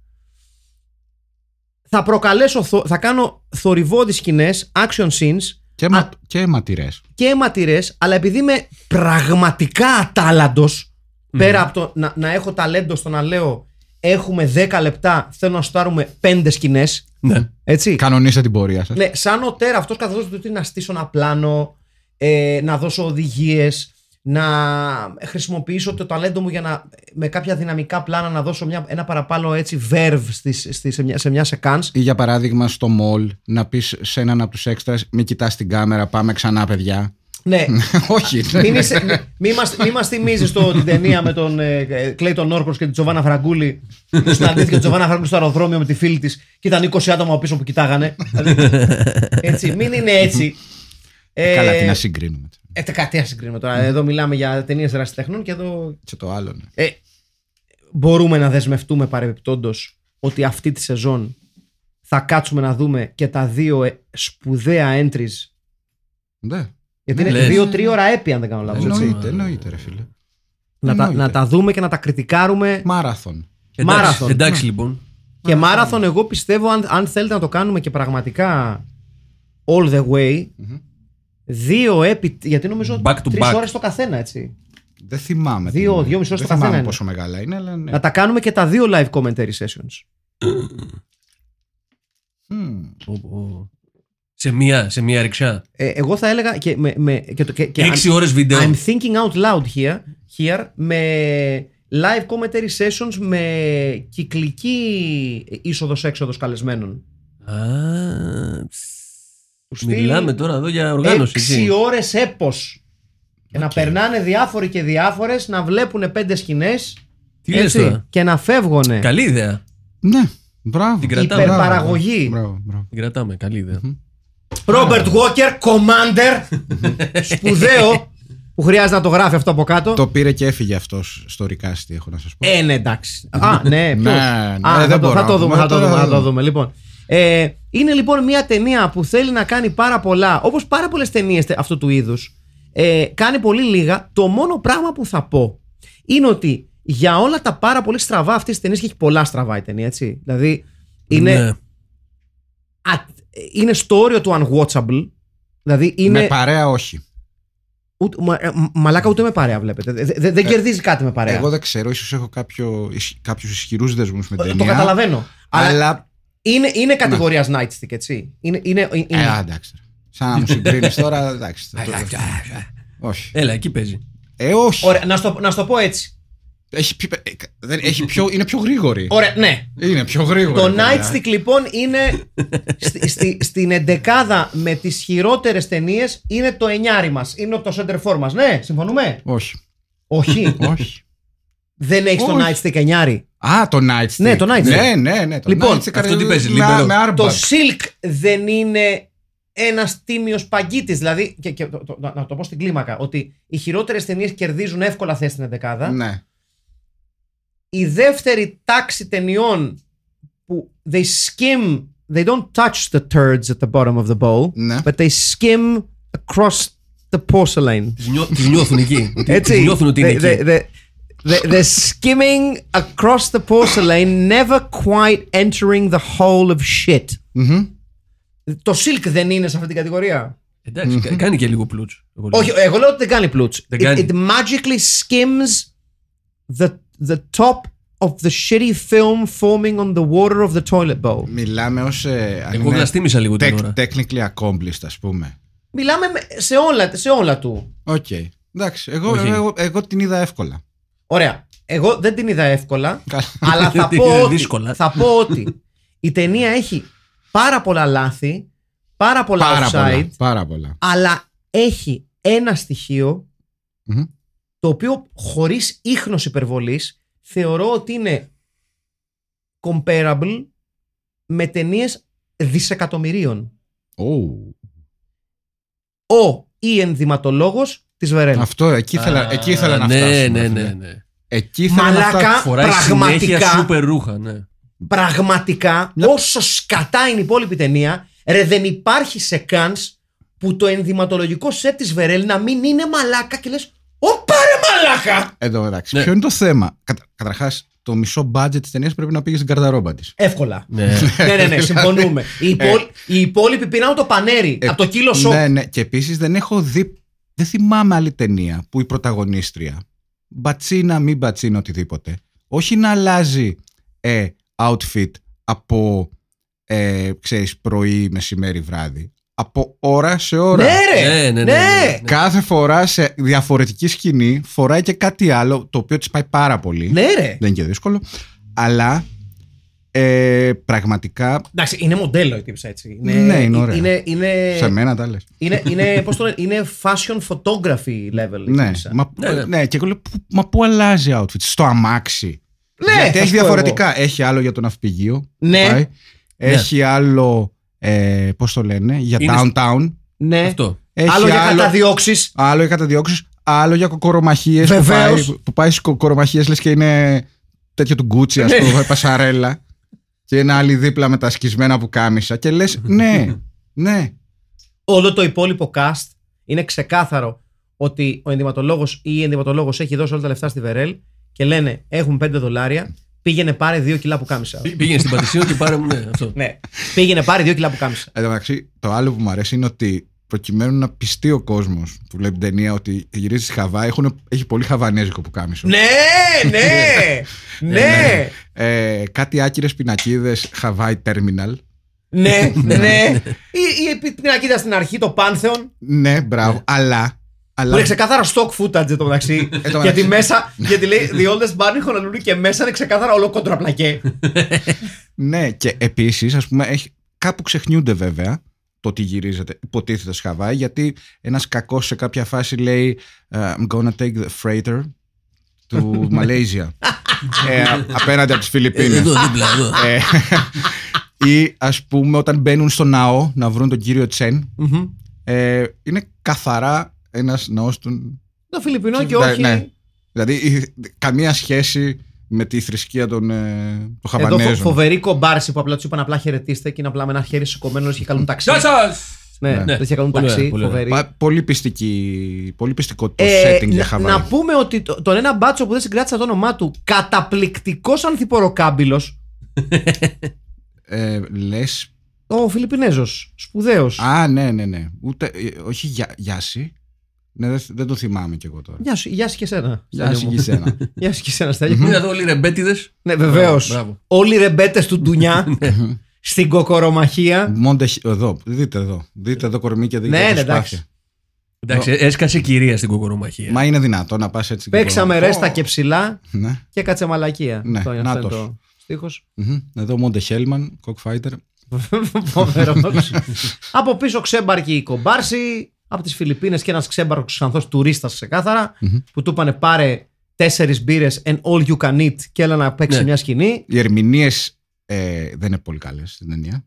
Θα προκαλέσω, θο- θα κάνω θορυβόδεις σκηνές, action scenes,
Και, αιμα- και αιματηρές.
και αιματηρές, αλλά επειδή είμαι πραγματικά ατάλλαντος, πέρα από το να, να έχω ταλέντο στο να λέω έχουμε 10 λεπτά, θέλω να στάρουμε 5 σκηνές.
ναι.
Έτσι.
Κανονίστε την πορεία σας.
Ε. Ναι, σαν ο τέρα αυτό καθόλου του τι να στήσω ένα πλάνο, ε, να δώσω οδηγίες, να χρησιμοποιήσω το ταλέντο μου για να με κάποια δυναμικά πλάνα να δώσω μια, ένα παραπάνω έτσι verve στις, στις, σε, μια, σε μια σεκάνς.
Ή για παράδειγμα στο μολ να πεις σε έναν από τους έξτρα, μην κοιτάς την κάμερα, πάμε ξανά, παιδιά.
Ναι,
Όχι. ναι.
μην, είσαι, μη- μη, μας, μη μας θυμίζεις το, την ταινία με τον ε, Κλέιτον Όρκος και την Τζοβάνα Φραγκούλη που συναντήθηκε η Τζοβάνα Φραγκούλη στο αεροδρόμιο με τη φίλη της και ήταν 20 άτομα πίσω που κοιτάγανε. Δηλαδή, έτσι, μην είναι έτσι. Ε,
Καλά, τι να συγκρίνουμε.
ε, τε- κάτι να συγκρίνουμε τώρα. Εδώ μιλάμε για ταινίες ερασιτεχνών και εδώ.
Και το άλλο. ναι.
Ε, μπορούμε να δεσμευτούμε παρεμπιπτόντως ότι αυτή τη σεζόν θα κάτσουμε να δούμε και τα δύο ε, σπουδαία entries.
Ναι.
Γιατί
Ναι,
είναι
λες.
δύο-τρει ώρα έπια, αν δεν κάνω λάθος.
Εννοείται, εννοείται, ρε φίλε.
Να, τα,
εννοείται.
να τα δούμε και να τα κριτικάρουμε.
Μάραθον.
Εντάξει,
Marathon.
εντάξει λοιπόν.
Και μάραθον, εγώ πιστεύω, αν, αν θέλετε να το κάνουμε και πραγματικά all the way, δύο επί. Γιατί νομίζω
Back to
τρεις
back.
ώρες το καθένα, έτσι.
Δεν θυμάμαι. τι
Δύο,
είναι.
δύο μισό
Δεν
στο καθένα
θυμάμαι
είναι.
πόσο μεγάλα είναι, αλλά ναι.
Να τα κάνουμε και τα δύο live commentary sessions.
Μμμ.
Πω, πω. Σε μία, σε μία ρηξιά.
Ε, εγώ θα έλεγα και, με, με, και, το- και, και
Έξι ώρες βίντεο.
I'm thinking out loud here, here με live commentary sessions με κυκλική είσοδος-έξοδος καλεσμένων.
Α, ψ.
Του στυλ
Μιλάμε τώρα εδώ για οργάνωση.
Έξι
έτσι.
ώρες έπος. Και να περνάνε διάφοροι και διάφορες, να βλέπουν πέντε σκηνές
Τι λες
έτσι,
τώρα.
και να φεύγουνε.
Καλή ιδέα.
Ναι, μπράβο.
Την κρατάμε.
Υπερπαραγωγή.
Μπράβο, μπράβο.
Την κρατάμε. Καλή ιδέα.
Robert Walker, commander, σπουδαίο, που χρειάζεται να το γράφει αυτό από κάτω.
Το πήρε και έφυγε αυτός στο ρικάστη, έχω να σας πω.
Ε, ναι, εντάξει. Α, ναι, ποιος?
Ναι, ναι,
Α, θα,
δεν
το,
μπορώ
θα
να
το
πούμε,
δούμε, θα το
τώρα
δούμε, θα
θα
το
δούμε.
δούμε. Λοιπόν, ε, είναι λοιπόν μια ταινία που θέλει να κάνει πάρα πολλά, όπως πάρα πολλές ταινίες τε- αυτού του είδους, ε, κάνει πολύ λίγα. Το μόνο πράγμα που θα πω είναι ότι για όλα τα πάρα πολύ στραβά αυτής της ταινίας, και έχει πολλά στραβά η ταινία, έτσι, δηλαδή είναι,
Ναι.
α- είναι στο όριο του unwatchable, δηλαδή
Με
είναι...
παρέα όχι.
Ούτε, μα- ε, μ- μαλάκα ούτε με παρέα βλέπετε. Δε- δε- δεν κερδίζει κάτι με παρέα.
Ε, Εγώ δεν ξέρω, ίσως έχω κάποιο, κάποιους ισχυρούς δεσμούς με την
το,
ταινία.
το καταλαβαίνω. Αλλά
Αλλά.
Είναι, είναι κατηγορία nightstick, έτσι. Είναι, είναι, είναι-
Ναι. Ε, εντάξει. Σαν να μου συγκρίνει τώρα, εντάξει. το- όχι.
Ναι. Έλα, εκεί παίζει.
Ε, όχι.
Ωραία, να στο, να στο πω έτσι.
Έχει, πει- ε, δεν, έχει πιο, είναι πιο γρήγορη.
Ωραία, ναι.
Είναι πιο γρήγορη.
Το
παιδιά.
nightstick λοιπόν είναι στη, στη- στην εντεκάδα με τις χειρότερες ταινίες είναι το εννιάρι μας. Είναι το center for μας. Ναι, συμφωνούμε.
Όχι.
Όχι.
όχι.
Δεν έχεις το
Όχι.
nightstick εννιάρι.
Α, το nightstick.
Ναι, το nightstick.
Ναι, ναι, ναι. Το
Λοιπόν,
nightstick,
αυτό τι
ε,
παίζει,
με,
libero.
με
Το
άρμπα.
silk δεν είναι ένας τίμιος παγκίτης. Δηλαδή, και, και το- το- να- να το πω στην κλίμακα, ότι οι χειρότερες ταινίες κερδίζουν εύκολα θέση στην εντεκάδα.
Ναι.
η δεύτερη τάξη ταινιών που they skim, they don't touch the turds at the bottom of the bowl,
Ναι.
but they skim across the porcelain.
Τις νιώ- Τις νιώθουν εκεί. Ότι-
Έτσι.
τις νιώθουν ότι είναι
The- the-
εκεί.
the- the- the skimming across the porcelain, never quite entering the hole of shit.
Μμμ.
Το silk δεν είναι σε αυτή την κατηγορία.
Εντάξει, κα- κάνει και λίγο πλούτς. εγώ λέω.
Όχι, εγώ λέω ότι δεν κάνει πλούτς.
Ναι. Δεν
It,
κάνει.
it magically skims the, the top of the shitty film forming on the water of the toilet bowl.
Μιλάμε ως. ναι.
Εγώ βλαστήμισα λίγο την ώρα.
Technically accomplished, ας πούμε.
Μιλάμε με- σε όλα, σε όλα του.
Οκ. Εντάξει. Εγώ,
Όχι.
εγώ, εγώ την είδα εύκολα.
Ωραία. Εγώ δεν την είδα εύκολα,
Καλά.
αλλά θα
Την
πω,
είδα
ότι,
δύσκολα.
θα πω ότι η ταινία έχει πάρα πολλά λάθη, πάρα πολλά
Πάρα
offside,
πολλά. Πάρα πολλά.
αλλά έχει ένα στοιχείο
Μμμ.
το οποίο χωρίς ίχνος υπερβολής θεωρώ ότι είναι comparable με ταινίες δισεκατομμυρίων.
Ου.
Ο ή ενδυματολόγος της Βερένα.
Αυτό, εκεί ήθελα,
Ε, Α,
εκεί ήθελα να
ναι,
φτάσουμε. φίλε.
Ναι, ναι, ναι.
Εκεί ήθελα
Μαλάκα.
να φτάσουμε.
Φοράει
Πραγματικά.
συνέχεια σούπερ ρούχα, ναι.
πραγματικά όσο σκατά είναι η υπόλοιπη ταινία, ρε δεν υπάρχει σε κανς που το ενδυματολογικό σετ της Βερέλ να μην είναι μαλάκα και λες «Ω πάρε μαλάκα!»
Εν τω μεταξύ,
Ναι.
ποιο είναι το θέμα. Κατα, Καταρχάς, το μισό μπάτζετ της ταινίας πρέπει να πήγε στην καρδαρόμπα της.
Εύκολα.
Ναι.
ναι, ναι, ναι, συμφωνούμε. οι, υπόλοι- οι υπόλοιποι πεινάνε το πανέρι από το κύλο σοκ.
Ναι, ναι. Και επίσης δεν έχω δει. Δεν θυμάμαι άλλη ταινία που η πρωταγωνίστρια μπατσίνα, μην μπατσίνα, οτιδήποτε. Όχι να αλλάζει ε, outfit από ε, ξέρεις, πρωί, μεσημέρι, βράδυ. από ώρα σε ώρα.
Ναι, ρε!
Ναι, ναι, ναι, ναι.
Κάθε φορά σε διαφορετική σκηνή φοράει και κάτι άλλο το οποίο της πάει πάρα πολύ.
Ναι, ρε!
Δεν είναι και δύσκολο. Αλλά ε, πραγματικά
Εντάξει, είναι μοντέλο η τύψη έτσι.
Ναι, είναι ωραία.
Είναι, είναι,
σε μένα τα λες.
είναι, είναι, πώς το λένε, είναι fashion photography level. η
Ναι,
τύψα.
μα,
Ναι, ναι.
ναι, και εγώ λέω, «Πού- μα πού αλλάζει outfit, στο αμάξι.
ναι,
Γιατί
θα
έχει
σου πω
διαφορετικά.
εγώ.
Έχει άλλο για το ναυπηγείο.
Ναι.
πάει. Έχει άλλο, ε, πώς το λένε, για
Είναι σ-
downtown.
Ναι.
Αυτό.
Έχει
άλλο για καταδιώξεις.
άλλο για καταδιώξεις, άλλο για κοκορομαχίες. Που
Βεβαίως.
πάει, που πάει στις κοκορομαχίες λες και είναι τέτοιο του Gucci, ας
Ναι.
πούμε, πασαρέλα. Και είναι άλλη δίπλα με τα σκισμένα που κάμισα. Και λες, ναι, ναι.
Όλο το υπόλοιπο cast είναι ξεκάθαρο ότι ο ενδυματολόγος ή η ενδυματολόγος έχει δώσει όλα τα λεφτά στη Βερέλ και λένε Έχουμε 5 δολάρια, πήγαινε πάρε 2 κιλά που κάμισα.
Πή- Πήγαινε στην Πατησίων και πάρε μου. Ναι, αυτό.
ναι, πήγαινε πάρε 2 κιλά που κάμισα.
Εν τω μεταξύ, το άλλο που μου αρέσει είναι ότι προκειμένου να πιστεί ο κόσμος που βλέπει την ταινία ότι γυρίζει στη Χαβάη, έχουν, έχει πολύ χαβανέζικο που κάμισο.
ναι, ναι, ναι,
Ε, κάτι άκυρες πινακίδες Χαβάη Terminal.
ναι, ναι. Ή, ή να κοίτα στην αρχή το Pantheon
Ναι, μπράβο. Αλλά.
Που
αλλά
είναι ξεκάθαρα stock footage εν τω μεταξύ.
Ε, μεταξύ.
γιατί μέσα. γιατί λέει The oldest bar in Honolulu και μέσα είναι ξεκάθαρα όλο κοντραπλακέ.
ναι, και επίσης, ας πούμε, έχει, κάπου ξεχνιούνται βέβαια το ότι γυρίζεται, υποτίθεται στη Χαβάη, γιατί ένας κακός σε κάποια φάση λέει «Uh, I'm gonna take the freighter του Malaysia. ε, απέναντι από τις
Ε,
Φιλιππίνες.
Εδώ δίπλα. εδώ.
Ε, ή ας πούμε όταν μπαίνουν στο ναό να βρουν τον κύριο Τσεν ε, είναι καθαρά ένας ναός των...
Το Φιλιππινό και
Ναι,
όχι.
ναι. Δηλαδή η- καμία σχέση με τη θρησκεία των, ε, των
Εδώ φο-
Χαβανέζων.
φοβερή κομπάρση που απλά τους είπαν απλά χαιρετίστε και είναι απλά με ένα χέρι σηκωμένος λες και καλούν ταξί.
Γεια σας!
Ναι,
Ναι.
λες και καλούν
Πολύ ωραία,
ταξί.
πολύ ωραία.
Φοβερή.
Πα- πολύ, πιστική, πολύ πιστικό το
Ε,
setting για
να,
Χαβάη.
να πούμε ότι το- τον ένα μπάτσο που δεν συγκράτησα το όνομά του, καταπληκτικός ανθιποροκάμπυλος,
Ε, λες...
ο Φιλιππινέζος. Σπουδαίος.
Α, ναι, ναι, ναι. Ούτε, ε, όχι για, Γιάση. Ναι, δεν, δεν το θυμάμαι κι εγώ τώρα.
Γεια σου, γεια σου και σένα.
Γιάση
Στέλιο μου.
και σένα.
Γεια σου και σένα, Στέλιο.
Είναι εδώ όλοι οι ρεμπέτιδες.
Ναι, βεβαίως.
Μπράβο, Ναι. μπράβο.
Όλοι οι ρεμπέτες του Ντουνιά στην
Ναι,
κοκορομαχία.
Μόντε, εδώ, δείτε εδώ. Δείτε εδώ κορμί και δείτε
Ναι,
ναι,
ναι, εντάξει.
Εντάξει, έσκασε κυρία στην κοκορομαχία.
Μα είναι δυνατό να πας έτσι. και
Παίξαμε
τώρα.
ρέστα
Ω,
και ψηλά
Ναι.
και κατσεμαλακία.
Ναι,
Αυτό είναι, αυτό είναι
νάτος.
το στίχος.
Μμμ. Εδώ Μόντε Χέλμαν, Cockfighter.
Φοβερός. από πίσω ξέμπαρκη η κομπάρση. Από τις Φιλιππίνες και ένας ξέμπαρκο ξανθός τουρίστας ξεκάθαρα. που του είπανε πάρε τέσσερις μπύρες and all you can eat και έλα να παίξει
Ναι.
μια σκηνή.
Οι ερμηνείες ε, δεν είναι πολύ καλές στην ταινία.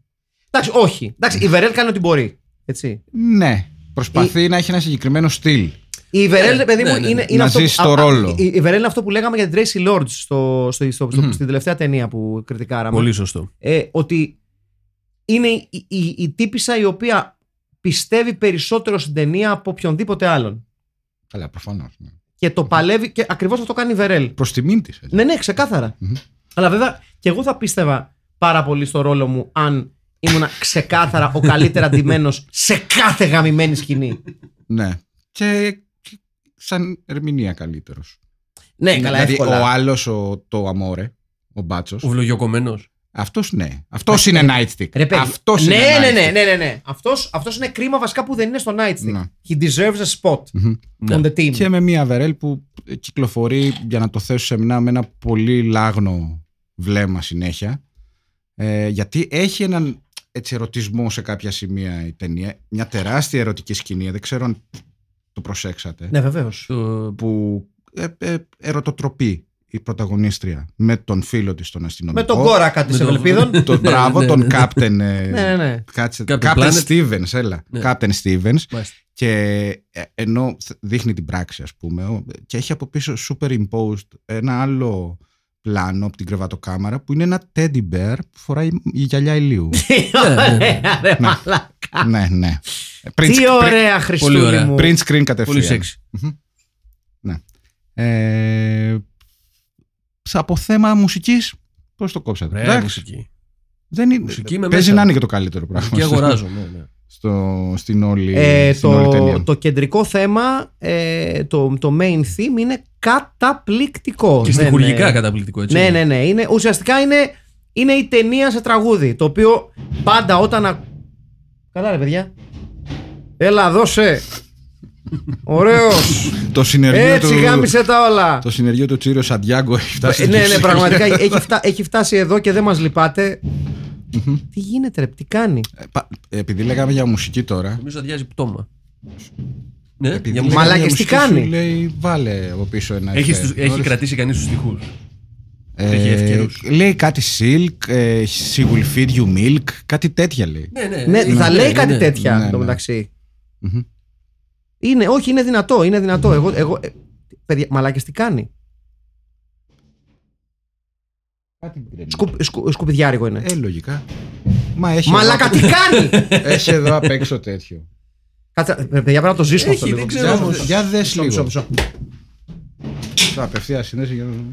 Εντάξει, όχι. Εντάξει, η Βερέλ κάνει ό,τι μπορεί. Έτσι.
Ναι. Προσπαθεί να έχει ένα συγκεκριμένο στυλ.
Η Βερέλ,
Ναι,
παιδί μου,
ναι, ναι.
είναι,
Να
είναι αυτό.
ζεις
που-
το
α- α-
ρόλο.
Η, η Βερέλ είναι αυτό που λέγαμε για την Tracy Lords στο, στο, στο- στο- στην τελευταία ταινία που κριτικάραμε.
Πολύ σωστό.
ε, ότι είναι η, η, η τύπησα η οποία πιστεύει περισσότερο στην ταινία από οποιονδήποτε άλλον.
Καλά, προφανώς. Ναι.
Και το παλεύει και ακριβώς αυτό κάνει η Βερέλ.
Προς τιμήν της.
Ναι, ναι, ξεκάθαρα.
Μμμ.
Αλλά βέβαια και εγώ θα πίστευα πάρα πολύ στο ρόλο μου αν ήμουνα ξεκάθαρα ο καλύτερα ντυμένος σε κάθε γαμημένη σκηνή.
ναι. Και και σαν ερμηνεία καλύτερος.
ναι, καλά,
δηλαδή,
εύκολα.
ο άλλος, το Αμόρε, ο Μπάτσος.
Ο βλογιοκομμένος.
Αυτός ναι. Αυτός είναι
Ρε
Nightstick.
παιδί,
Αυτός είναι.
ναι, ναι, ναι,
Nightstick.
ναι, ναι, ναι. Αυτός, αυτός είναι κρίμα βασικά που δεν είναι στο Nightstick.
Ναι.
He deserves a spot
Μμμ.
Ναι.
on the team.
Και με μία βερέλ που ε, κυκλοφορεί για να το θέσω σε μηνά με ένα πολύ λάγνο βλέμμα συνέχεια. Ε, γιατί έχει έναν έτσι, ερωτισμό σε κάποια σημεία η ταινία. Μια τεράστια ερωτική σκηνή. Δεν ξέρω αν το προσέξατε.
Ναι, βεβαίως.
Το-
Που ε, ε, ερωτοτροπεί η πρωταγωνίστρια με τον φίλο της τον αστυνομικό.
Με τον κόρακα
Με
τη
τον-
Ευελπίδων.
τον- μπράβο,
Ναι,
τον
ναι, ναι.
Captain. ε,
ναι, ναι, ναι.
κάτσε-
Captain
Captain
Planet.
Stevens, έλα.
Ναι.
Captain Stevens.
Μάλιστα.
Και ε, ενώ θ- δείχνει την πράξη, ας πούμε, ο- και έχει από πίσω superimposed ένα άλλο πλάνο από την κρεβατοκάμαρα που είναι ένα teddy bear που φοράει η γυαλιά ηλίου.
Τι ωραία, ρε
Ναι.
μαλάκα.
ναι, ναι. Print,
Τι
screen-
ωραία,
Πολύ
Χριστούλη
ωραία.
μου.
print screen
Πολύ
κατευθείαν.
σεξ.
Ε, σε- από θέμα μουσικής, πώς το κόψατε.
Ρε,
Εντάξει,
μουσική.
δεν είναι,
μουσική με
παίζει
μέσα.
να είναι και το καλύτερο πράγμα.
Μουσική
στο-
αγοράζω. ναι, ναι.
στο- στην όλη,
Ε,
στην όλη ταινία.
το, το κεντρικό θέμα, ε, το, το main theme είναι καταπληκτικό.
Και
Δεν,
στοιχουργικά
ε,
καταπληκτικό, έτσι.
Ναι, ναι, ναι. Είναι, ουσιαστικά είναι, είναι η ταινία σε τραγούδι. Το οποίο πάντα όταν. α- Καλά, ρε παιδιά. Έλα, δώσε. Ωραίος.
Το συνεργείο
Έτσι
του.
γάμισε τα όλα.
Το συνεργείο του Τσίριο Σαντιάγκο έχει φτάσει.
Ε, ναι, ναι,
εκεί.
πραγματικά έχει, φτα- έχει φτάσει εδώ και δεν μας λυπάτε. τι γίνεται, ρε, τι κάνει.
Ε, πα- Επειδή λέγαμε για μουσική τώρα.
Νομίζω αδειάζει πτώμα. Ναι,
επειδή
για
λέγαμε
μουσική.
Μαλάκες,
για
τι
μουσική,
κάνει?
σου Λέει, βάλε από πίσω ένα.
Έχει,
effect.
ε,
στους- έχει
Όρισε.
κρατήσει κανείς τους στοιχού.
Ε,
έχει ευκαιρούς.
Λέει κάτι silk, ε, she will feed you milk, κάτι τέτοια λέει.
Ναι, ναι.
Ναι,
ε,
θα
ναι,
λέει
ναι,
κάτι
ναι.
τέτοια
Ναι,
εν τω
ναι.
μεταξύ.
Μμμ.
Είναι, όχι, είναι δυνατό, είναι δυνατό. Εγώ, εγώ, ε, παιδιά, μαλάκες, τι κάνει. Σκου, σκου, σκουπιδιάρικο είναι.
Ε, λογικά. Μα έχει
Μαλάκα,
εδώ,
τι κάνει!
έχει εδώ απ' έξω τέτοιο.
Κάτσε, ρε, παιδιά, πρέπει να το ζήσουμε
Έχει,
αυτό.
δεν
λίγο.
ξέρω.
για,
όμως.
για δες
Μισό,
λίγο.
μισό, μισό.
Θα απευθεία συνέση για να δούμε.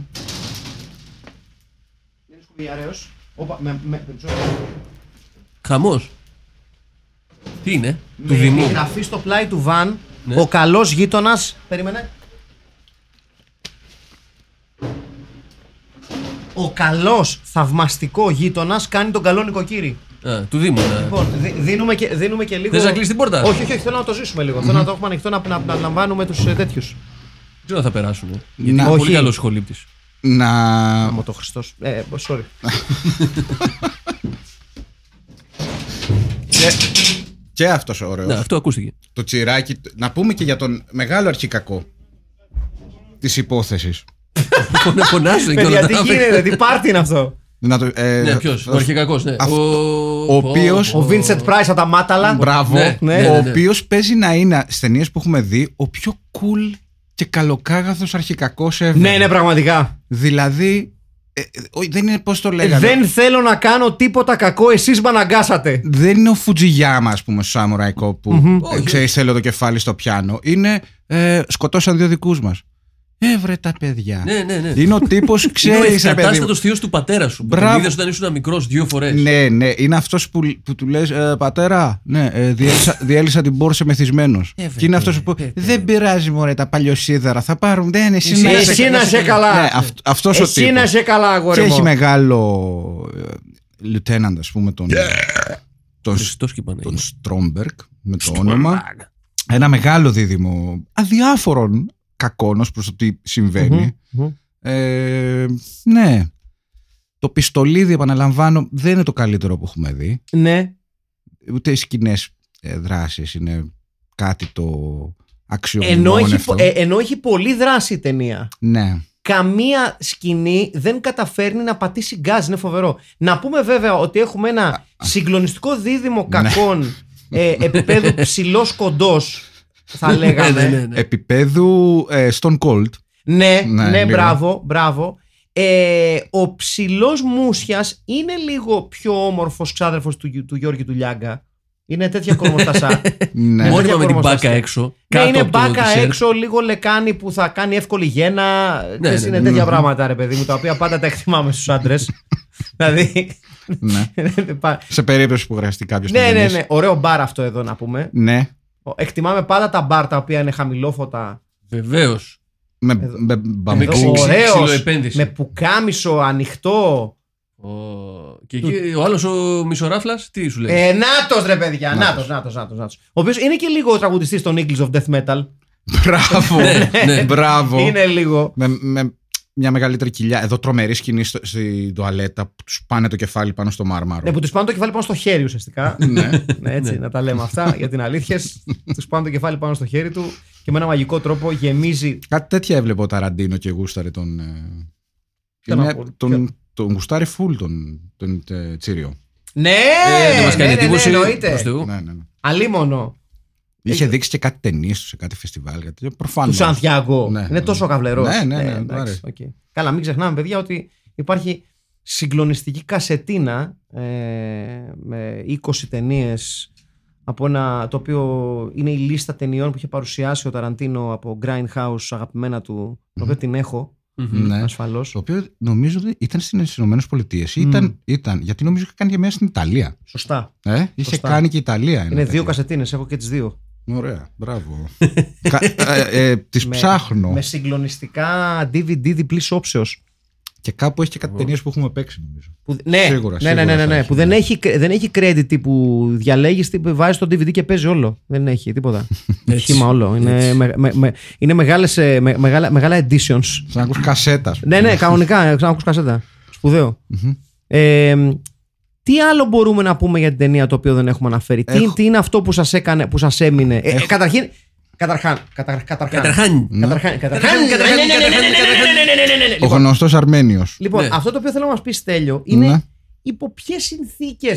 Είναι σκουπιδιάρεος. Όπα, με- με- με-
Χαμός. Τι είναι, του
Με
Δημού.
γραφή στο πλάι του Βαν,
Ναι.
ο καλός γείτονας, περίμενε. Ο καλός θαυμαστικό γείτονας κάνει τον καλό νοικοκύρη.
Α, του Δήμου. ναι.
Λοιπόν, δι- δίνουμε και, δίνουμε και λίγο.
Θες να κλείσεις την πόρτα?
Όχι, όχι, όχι, θέλω να το ζήσουμε λίγο. Θέλω να το έχουμε ανοιχτό να, να, να λαμβάνουμε ε, του τέτοιους.
Δεν ξέρω αν θα περάσουν. Γιατί
Να-
είναι πολύ
όχι.
καλός σχολήπτη.
Να.
Άμα το Χριστός. Ε, sorry.
Και αυτός ωραίος.
Ναι, αυτό ακούστηκε.
Το τσιράκι. Να πούμε και για τον μεγάλο αρχικακό της υπόθεσης.
Φωνε- Φωνάζουν και
Παιδιά,
όλα τα
τι
άλλα.
γίνεται, τι πάρτι είναι αυτό.
Να το, ε,
Ναι, ποιος. Ο αρχικακός, ναι.
Αυτό-
Ο
ο οποίος-
Ο Vincent Price από τα μάταλα.
Μπράβο.
Ναι, ναι,
ναι,
ο
ναι.
οποίος παίζει να είναι στι ταινίες που έχουμε δει ο πιο cool και καλοκάγαθος αρχικακός ever.
Ναι, ναι, πραγματικά.
Δηλαδή. ε, ε, ο- δεν είναι πώς το λέγανε.
Δεν θέλω να κάνω τίποτα κακό, εσείς με αναγκάσατε.
δεν είναι ο Φουτζιγιάμα, ας πούμε, στο Samurai Cop που
Όχι.
ε, ξέρεις, θέλω το κεφάλι στο πιάνο. Είναι ε, σκοτώσαν δύο δικούς μας. Έβρε τα παιδιά.
Ναι, ναι, ναι.
Είναι ο τύπος, ξέρεις, ρε παιδί.
Κατάστατο θείο του πατέρα σου. Που τον
Μπράβο.
είδες όταν ήσουν μικρός δύο φορές.
Ναι, ναι, είναι αυτός που, που του λες: Πατέρα, ναι, ε, διέλυσα, διέλυσα την πόρσε μεθυσμένος.
Ε, βέβαια,
Και είναι αυτός που
ε,
πει:
βέβαια.
Δεν πειράζει, μωρέ, τα παλιοσίδερα. Θα πάρουν. Δεν, εσύ,
Εσύ-
να είσαι
Εσύ
καλά».
να σε καλά.
Ναι, αυτός ο
Εσύ
τύπο.
να σε καλά,
Και
αγόρι
έχει
μου.
μεγάλο ε, lieutenant, ας πούμε, τον. Τον,
Χριστός και η Παναγία.
τον Στρόμπερκ με το όνομα. Ένα μεγάλο δίδυμο αδιάφορων κακών ως προς το τι συμβαινει
Μμμ.
Ε, ναι. Το πιστολίδι, επαναλαμβάνω, δεν είναι το καλύτερο που έχουμε δει.
Ναι.
Ούτε οι σκηνές δράσεις είναι κάτι το
Ενώ έχει,
αξιομνημόνευτο.
πο- ε, ενώ έχει πολλή δράση η ταινία.
Ναι.
καμία σκηνή δεν καταφέρνει να πατήσει γκάζ. Είναι φοβερό. Να πούμε βέβαια ότι έχουμε ένα συγκλονιστικό δίδυμο
Ναι.
κακών ε, επίπεδου ψηλός κοντός, θα
Ναι, ναι,
λέγαμε.
ναι.
Επιπέδου ε, Stone Cold.
ναι,
Ναι,
ναι,
λίγο.
μπράβο, μπράβο. Ε, ο ψηλός Μούσιας είναι λίγο πιο όμορφος ξάδερφος του, του Γιώργη του Λιάγκα. Είναι τέτοια κορμοστασά.
Ναι.
Μόνο-
Μόνιμα με την
κορμοστάστη.
μπάκα έξω.
ναι,
κάτω
είναι
από το
μπάκα
τισερτ.
έξω, λίγο λεκάνη που θα κάνει εύκολη γένα. Ξέρεις,
ναι,
είναι
ναι.
τέτοια πράγματα, ρε παιδί μου, τα οποία πάντα τα εκτιμάμε στους άντρες. δηλαδή,
ναι.
Δεν πά-
Σε περίπτωση που χρειαστεί κάποιος.
ναι, ναι, ναι. Ωραίο μπαρ αυτό εδώ να πούμε.
ναι.
Ο- Εκτιμάμε πάντα τα μπαρ τα οποία είναι χαμηλόφωτα.
Βεβαίως.
Με,
Εδώ.
με μπαμπού.
ξύ- ξύ-
ωραίος,
ξυλοεπένδυση.
Με πουκάμισο ανοιχτό.
Και εκεί ο άλλος ο Μισοράφλας τι σου λέει.
Ε, νάτος ρε παιδιά. Νάτος, νάτος, νάτος, νάτος. Ο οποίος είναι και λίγο τραγουδιστής των Eagles of Death Metal.
Μπράβο.
ναι.
Μπράβο.
Είναι λίγο.
με, με μια μεγαλύτερη κοιλιά. Εδώ τρομερή σκηνή στο, στην τουαλέτα που τους πάνε το κεφάλι πάνω στο
Ναι,
μάρμαρο.
που τους πάνε το κεφάλι πάνω στο χέρι ουσιαστικά.
ναι.
ναι, έτσι, να τα λέμε αυτά για την αλήθεια. τους πάνε το κεφάλι πάνω στο χέρι του και με ένα μαγικό τρόπο γεμίζει.
Κάτι τέτοια έβλεπε ο Ταραντίνο και γούσταρε τον. ε,
Ποιο
μια-
να πω,
τον, τον γουστάρει φουλ τον, τον ε, Τσίριο.
Ναι!
Ε, δεν μας
ναι,
κάνει
ναι, ναι,
εντύπωση. προς
εννοείται.
Θεού.
Ναι, ναι, ναι.
Αλίμονο. Ε,
Είχε δείξει και κάτι ταινίες του σε κάτι φεστιβάλ. Γιατί προφανώς.
του Σαντιάγκο.
Ναι,
είναι
ναι.
τόσο καβλερός.
Ναι, ναι, ναι, μου
εντάξει,
αρέσει.
οκ. Καλά, μην ξεχνάμε, παιδιά, ότι υπάρχει συγκλονιστική κασετίνα ε, με 20 ταινίες από ένα το οποίο είναι η λίστα ταινιών που είχε παρουσιάσει ο Ταραντίνο από Grindhouse, αγαπημένα του, το οποίο την έχω
Μμμ.
Ναι.
ασφαλώς.
Το οποίο νομίζω ότι ήταν στις Ηνωμένες Πολιτείε.
Mm.
Ήταν, ήταν, γιατί νομίζω είχε κάνει και μια στην Ιταλία.
Σωστά.
Ε? Είχε
Σωστά.
κάνει και η Ιταλία. ένα
Είναι δύο
τέτοιο.
κασετίνες, έχω και τις δύο.
Ωραία, μπράβο. Κα, ε, ε, τις
Με-
ψάχνω.
Με συγκλονιστικά DVD διπλής όψεως.
Και κάπου έχει και κάτι ταινίες που έχουμε παίξει, νομίζω.
Που, ναι,
Σίγουρα,
ναι, ναι, ναι,
σίγουρα
ναι,
θα
ναι,
έχει,
που δεν
ναι.
έχει, δεν έχει credit που διαλέγει, βάζεις το DVD και παίζει όλο. Δεν έχει τίποτα.
Έτσι.
Σχήμα όλο. Είναι, με, με, με, είναι μεγάλες, ε, με- μεγάλα, μεγάλα editions.
Σαν να ακούς κασέτα. ας πούμε.
Ναι, ναι, κανονικά. ε, Ξανακούς κασέτα. Σπουδαίο. Ε, τι άλλο μπορούμε να πούμε για την ταινία το οποίο δεν έχουμε αναφέρει. Τι,
Έχω-
τι είναι αυτό που σας, έκανε, που σας έμεινε. Ε, ε,
Έχω-
καταρχήν. Καταρχάν. Καταρχάν. Καταρχάν.
Καταρχάν.
Καταρχάν. καταρχάν
Καταρχάν, καταρχάν,
ναι,
καταρχάν, καταρχάν.
Ο γνωστός Αρμένιος.
Λοιπόν,
Ναι.
αυτό το οποίο θέλω να μας πει, Στέλιο, είναι
Ναι.
υπό ποιες συνθήκες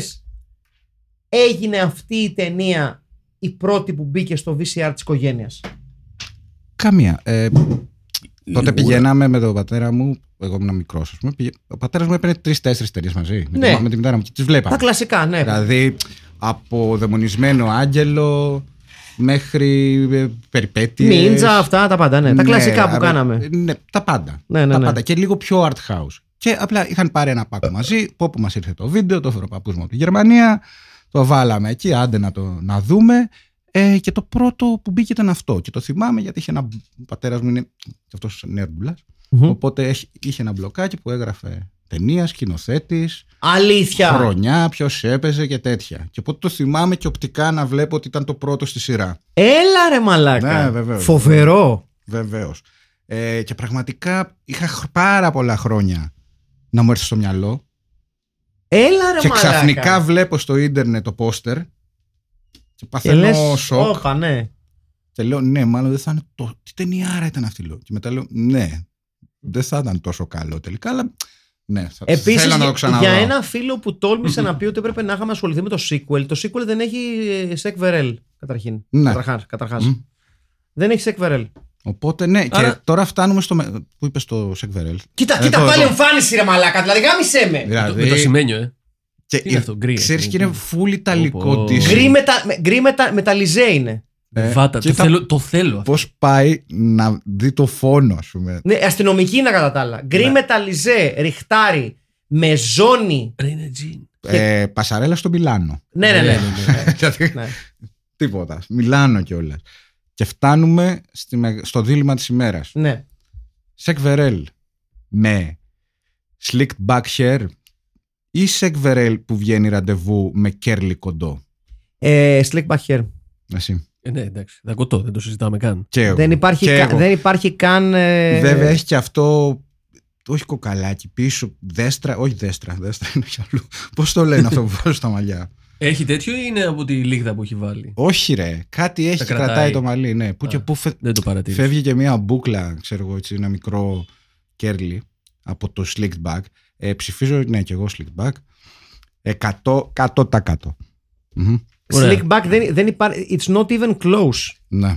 έγινε αυτή η ταινία η πρώτη που μπήκε στο VCR της οικογένειας.
Καμία. Ε, τότε
Λιγούρα.
πηγαίναμε με τον πατέρα μου. Εγώ ήμουν μικρός, ας πούμε. Πηγα- Ο πατέρας μου έπαιρνε τρει-τέσσερι ταινίες μαζί. Με,
Ναι.
τη, με τη μητέρα μου και τις
Τα
βλέπαμε.
κλασικά, ναι.
Δηλαδή από δαιμονισμένο άγγελο μέχρι ε, περιπέτειες.
Μίντζα, αυτά τα πάντα, ναι. Τα
Ναι,
κλασικά που
άρα-
κάναμε.
Ναι, τα πάντα.
Ναι, ναι,
τα
ναι.
πάντα. Και λίγο πιο art house. Και απλά είχαν πάρει ένα πάκο μαζί, που όπου μας ήρθε το βίντεο, το έφερε ο παππούς μου από τη Γερμανία, το βάλαμε εκεί, άντε να το να δούμε. Ε, και το πρώτο που μπήκε ήταν αυτό. Και το θυμάμαι γιατί είχε ένα. Ο πατέρας μου είναι και αυτό νέρντουλα.
Μμμ.
Οπότε έχει- είχε ένα μπλοκάκι που έγραφε ταινία, σκηνοθέτης,
Αλήθεια.
χρονιά, ποιος έπαιζε και τέτοια. Και οπότε το θυμάμαι και οπτικά να βλέπω ότι ήταν το πρώτο στη σειρά.
Έλα ρε μαλάκα.
Ναι, βεβαίως.
Φοβερό.
Βεβαίως. Ε, και πραγματικά είχα χ- πάρα πολλά χρόνια να μου έρθει στο μυαλό.
Έλα ρε
και
μαλάκα.
ξαφνικά βλέπω στο ίντερνετ το πόστερ και
και
παθαίνω
λες,
σοκ.
όπα, ναι.
Και λέω, ναι, μάλλον δεν θα είναι το. Τι ταινιάρα ήταν αυτή, λέω. Και μετά λέω, ναι, δεν θα ήταν τόσο καλό τελικά, αλλά ναι, θα
Επίση,
θέλω να το ξαναδώ.
για ένα φίλο που τόλμησε να πει ότι έπρεπε να είχαμε ασχοληθεί με το sequel, το sequel δεν έχει ε, Σεκ Βερέλ. Καταρχήν.
Ναι.
Καταρχάς, καταρχάς.
Μμ.
Δεν έχει Σεκ Βερέλ.
Οπότε, ναι,
Άρα-
και τώρα φτάνουμε στο. με- Πού είπες το Σεκβερέλ.
Κοίτα,
Εδώ,
κοίτα πάλι
εδώ.
εμφάνιση ρε μαλάκα, δηλαδή γάμισέ με.
Με το- Με το
Δηλαδή,
σημαίνιο, ε.
και
είναι αυτό, γκρι,
ξέρεις
ε,
και είναι
γκρι.
full ιταλικό
Οπό.
της.
Γκρι μετα, με- γκρι μετα, μεταλλιζέ είναι.
Ε,
Βάτα, το
κοίτα
θέλω, το θέλω. αυτό.
πώς πάει να δει το φόνο, ας πούμε.
Ναι, αστυνομική είναι κατά τα άλλα. Γκρι
Ναι.
μεταλλιζέ, ριχτάρι, με ζώνη.
Ρε, είναι τζιν.
Ε, πασαρέλα στο Μιλάνο.
Ναι, ναι, ναι.
Δηλαδή,
ναι.
Τίποτα. Μιλάνο κιόλας. Και φτάνουμε στη με- στο δίλημα της ημέρας.
ναι.
Σεκ Βερέλ με slicked back hair ή Σεκ Βερέλ που βγαίνει ραντεβού με κέρλι κοντό.
Ε, slick back hair.
Εσύ.
Ε, Ναι, εντάξει, δακοτό, δεν το συζητάμε καν.
Και εγώ.
Δεν υπάρχει,
Και
κα-
εγώ.
δεν υπάρχει καν. ε,
Βέβαια έχει και αυτό. Όχι κοκαλάκι, πίσω, δέστρα, όχι δέστρα, δέστρα είναι κι αλλού. Πώς το λένε αυτό που βάζω στα μαλλιά.
Έχει τέτοιο ή είναι από τη λίγδα που έχει βάλει.
Όχι ρε, κάτι έχει και
κρατάει.
κρατάει. το μαλλί, ναι. Που και
Α.
που φε-
Δεν το παρατήρησα.
Φεύγει και μία μπουκλα, ξέρω εγώ, έτσι, ένα μικρό κέρλι από το slicked back. Ε, ψηφίζω, ναι, και εγώ slicked back. 100, 100%. Μμμ.
Ωραία.
Slick back δεν, δεν υπάρχει. It's not even close.
Ναι.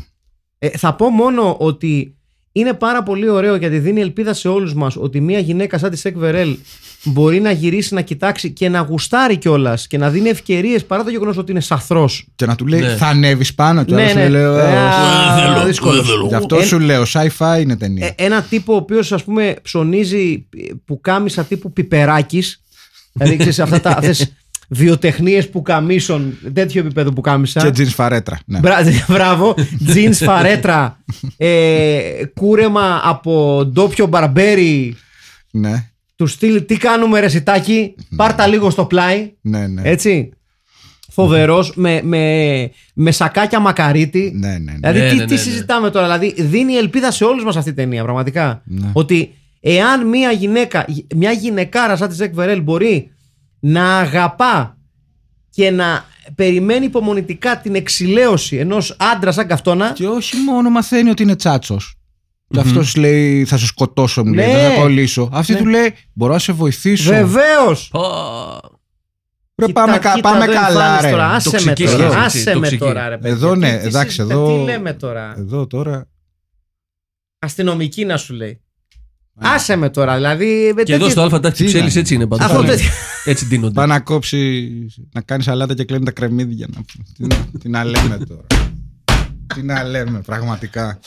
Ε, θα πω μόνο ότι είναι πάρα πολύ ωραίο γιατί δίνει ελπίδα σε όλους μας ότι μια γυναίκα σαν τη Σεκ Βερέλ μπορεί να γυρίσει να κοιτάξει και να γουστάρει κιόλας και να δίνει ευκαιρίες παρά το γεγονός ότι είναι σαθρός.
Και να του λέει,
Ναι.
θα ανέβεις πάνω, και ο
Ναι,
άλλος
ναι.
σου λέει, «Ε,
Ε,
όχι».
α,
Δεν θέλω,
δύσκολος.
δεν θέλω.
Γι' αυτό
Εν-
σου λέω, sci-fi είναι ταινία.
Ε, ένα τύπο ο οποίος ας πούμε ψωνίζει ε, πουκάμισα τύπου πιπεράκης δηλαδή ξέρεις αυτά τα αυτές βιοτεχνίες πουκαμίσων τέτοιο επίπεδο πουκάμισα
και jeans φαρέτρα. Ναι.
Μπρα- Μπράβο. Τζιν φαρέτρα. ε, κούρεμα από ντόπιο μπαρμπέρι.
ναι,
Του στυλ τι κάνουμε ρε σιτάκι. Πάρ τα λίγο στο πλάι.
ναι, ναι.
Έτσι. Φοβερός. Με, με, με σακάκια μακαρίτη.
ναι, ναι, ναι.
Δηλαδή,
Ναι,
τι,
ναι,
τι
ναι, ναι.
συζητάμε τώρα. Δηλαδή, δίνει ελπίδα σε όλους μας αυτή η ταινία, πραγματικά.
Ναι.
Ότι εάν μια γυναίκα, μια γυναικάρα σαν τη Ζεκ Βερέλ μπορεί να αγαπά και να περιμένει υπομονητικά την εξηλαίωση ενός άντρα σαν καυτόνα.
Και όχι μόνο μαθαίνει ότι είναι τσάτσος. Και αυτός λέει, θα σε σκοτώσω, μου λέει,
Ναι.
θα σε κολλήσω. Αυτή
Ναι.
του λέει, μπορώ να σε βοηθήσω.
Βεβαίως!
Πα.
Ρε, πάμε, κα- πάμε καλά, ρε.
Τώρα.
Το
Άσε με
ξυκείς,
τώρα.
έτσι,
Άσε
το
με
ξυκείς.
τώρα, ρε παιδί.
Εδώ, ναι,
Τι- τι
εντάξει,
συζητά-
εδώ- Ε.
Τι λέμε τώρα.
Εδώ
Ναι.
τώρα.
Αστυνομική να σου λέει. Άσε με τώρα, δηλαδή. με
Και εδώ
τέτοιες-
στο αλφα τάξη
Τι
ψέλης
ήταν.
έτσι είναι παντού.
Αυτό
Καλά.
τέτοιο.
Έτσι ντύνονται.
Πάει να κόψει, να κάνει σαλάτα και κλαίνει τα κρεμμύδια. Να... τι, να, τι να λέμε τώρα. τι να λέμε, πραγματικά.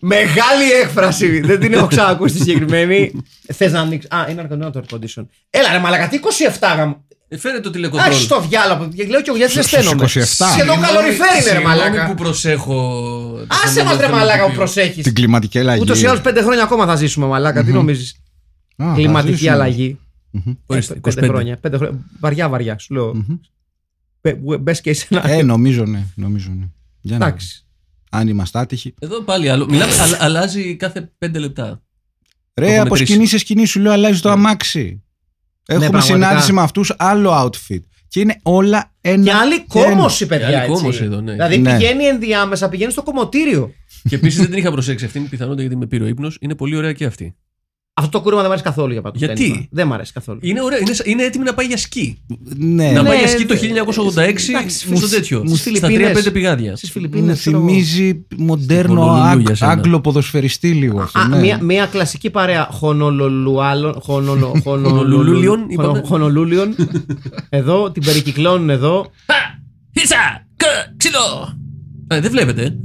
Μεγάλη έκφραση. Δεν την έχω ξανακούσει συγκεκριμένη. Θες να ανοίξεις. Α, είναι αρκετό το air condition. Έλα, ρε Μαλακά, τι 27 γαμ.
Ε, Φέρε το τηλεκοντρόλ.
Άχι το διάλογο. Λέω και εγώ γιατί δεν
Στους
στένομαι.
27.
Σχεδόν
Συγγνώμη-
καλοριφέρει είναι, ρε
συγγνώμη
Μαλακά.
που προσέχω. το
Άσε
φαινόμενο
μα, ρε
του
Μαλακά, που
τοπίου.
προσέχεις.
Την κλιματική αλλαγή.
Ούτως ή άλλως πέντε χρόνια ακόμα θα ζήσουμε, Μαλακά. Τι νομίζεις.
Α,
κλιματική
καθίσουμε.
αλλαγή.
Ορίστε,
Ε, πέ- πέντε
25.
χρόνια. Πέντε χρόνια. Βαριά, βαριά. Σου λέω.
Μμμ.
Μπες και εσύ να.
Ε, νομίζω ναι. Νομίζω, ναι. Για να
Εντάξει.
δω. Αν είμαστε άτυχοι.
Εδώ πάλι άλλο. Μιλάμε, α- αλλάζει κάθε πέντε λεπτά.
Ρε,
έχω
από
μετρήσει.
σκηνή σε σκηνή σου λέω αλλάζει το αμάξι. Έχουμε
Ναι. πραγματικά.
συνάντηση με αυτούς, άλλο outfit. Και είναι όλα ένα.
Και άλλη
ένα.
κόμωση, παιδιά.
άλλη
έτσι.
κόμωση εδώ, ναι.
Δηλαδή
Ναι.
πηγαίνει ενδιάμεσα, πηγαίνει στο κομμωτήριο.
και επίσης δεν την είχα προσέξει αυτήν, πιθανότητα γιατί με πήρε ο ύπνος. Είναι πολύ ωραία και αυτή.
Αυτό το κούρεμα δεν μ' αρέσει καθόλου για πάντω.
Γιατί?
Δεν μ' αρέσει καθόλου.
Είναι, ωραία, είναι, σαν- είναι έτοιμη να πάει για σκι.
Ναι,
να
ναι.
πάει για
ναι,
σκι το 1986
εντάξει,
μου,
μου-
στο τέτοιο.
μου
στα
Φιλιππίνες.
3-5 πηγάδια.
Στις
Μου
Φιλιππίνε.
θυμίζει μοντέρνο
Στην Honolulu
Άγ-
για σένα.
Άγγλο ποδοσφαιριστή λίγο. αυτό, ναι.
Μια, μια κλασική παρέα χονολουλουάλων. χονολο- χονολο-
Χονολουλούλιων,
χονο-
είπαμε.
Χονολούλιων. εδώ, την περικυκλώνουν εδώ.
Χίσα! Κα- Ξύλο! Ε, δεν βλέπετε.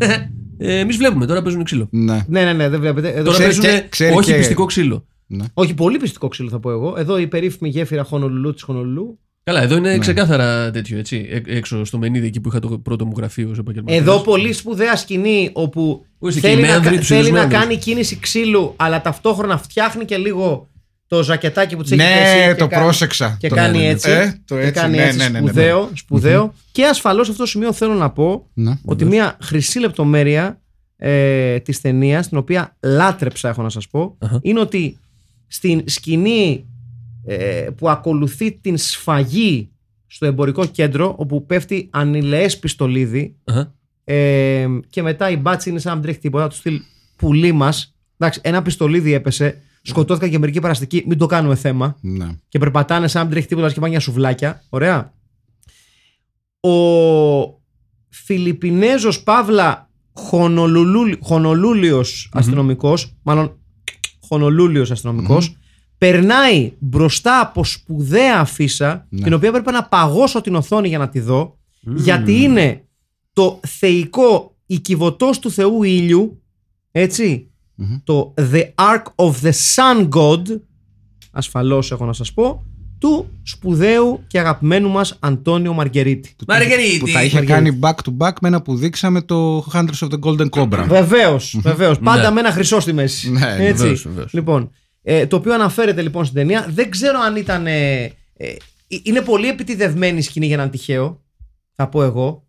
Ε, Εμείς βλέπουμε τώρα παίζουν ξύλο.
Ναι.
Ναι, ναι, ναι, δεν βλέπετε. Εδώ,
Τώρα
Ξέρει
παίζουν
και- ξέρει
όχι
και-
πιστικό ξύλο.
όχι, πολύ πιστικό ξύλο θα πω εγώ. Εδώ η περίφημη γέφυρα χονολουλού της Χονολουλού.
Καλά, εδώ
Ναι.
είναι ξεκάθαρα τέτοιο έτσι. Έ- Έξω στο Μενίδη εκεί που είχα το πρώτο μου γραφείο ως επαγγελματίας.
Εδώ πολύ σπουδαία σκηνή όπου
Ορίστε, και
θέλει,
οι
να,
μαύροι,
κα-
τους
θέλει να
συνδεσμένους.
κάνει κίνηση ξύλου, αλλά ταυτόχρονα φτιάχνει και λίγο το ζακετάκι που της έχει πέσει
Ναι,
και
το
κάνει-
πρόσεξα.
Και
Το-
κάνει
ναι, ναι.
έτσι.
Ε, το
και
έτσι,
κάνει
ναι,
έτσι
ναι, ναι, ναι.
σπουδαίο. σπουδαίο. Και ασφαλώς σε αυτό το σημείο θέλω να πω
Ναι.
ότι μια χρυσή λεπτομέρεια ε, της ταινίας, την οποία λάτρεψα, έχω να σας πω,
Αχα.
είναι ότι στην σκηνή ε, που ακολουθεί την σφαγή στο εμπορικό κέντρο, όπου πέφτει ανηλαιές πιστολίδι
Αχα.
ε, και μετά η μπάτση είναι σαν να μην τρέχει τίποτα, του στυλ πουλί μας. Εντάξει, ένα πιστολίδι έπεσε, σκοτώθηκαν και μερικοί παραστικοί, μην το κάνουμε θέμα
Ναι.
και περπατάνε σαν να μην τρέχει τίποτα και πάνε για σουβλάκια. Ωραία. Ο Φιλιππινέζος Παύλα Χονολουλούλ- χονολούλιος αστυνομικός, μάλλον χονολούλιος αστυνομικός, περνάει μπροστά από σπουδαία αφίσα,
Ναι.
την οποία πρέπει να παγώσω την οθόνη για να τη δω, γιατί είναι το θεϊκό οικιβωτός του Θεού ήλιου, έτσι,
Μμμ.
το The Ark of the Sun God, ασφαλώς έχω να σας πω, του σπουδαίου και αγαπημένου μας Αντώνιο Μαργερίτη.
Που,
Μαργαρίτη.
που τα είχε κάνει back to back με ένα που δείξαμε το Hunters of the Golden Cobra.
Βεβαίως, βεβαίως. Πάντα με ένα χρυσό στη μέση.
Ναι,
Έτσι.
βεβαίως, βεβαίως.
Λοιπόν, ε, το οποίο αναφέρεται λοιπόν στην ταινία. Δεν ξέρω αν ήταν... ε, ε, είναι πολύ επιτιδευμένη η σκηνή για έναν τυχαίο, θα πω εγώ.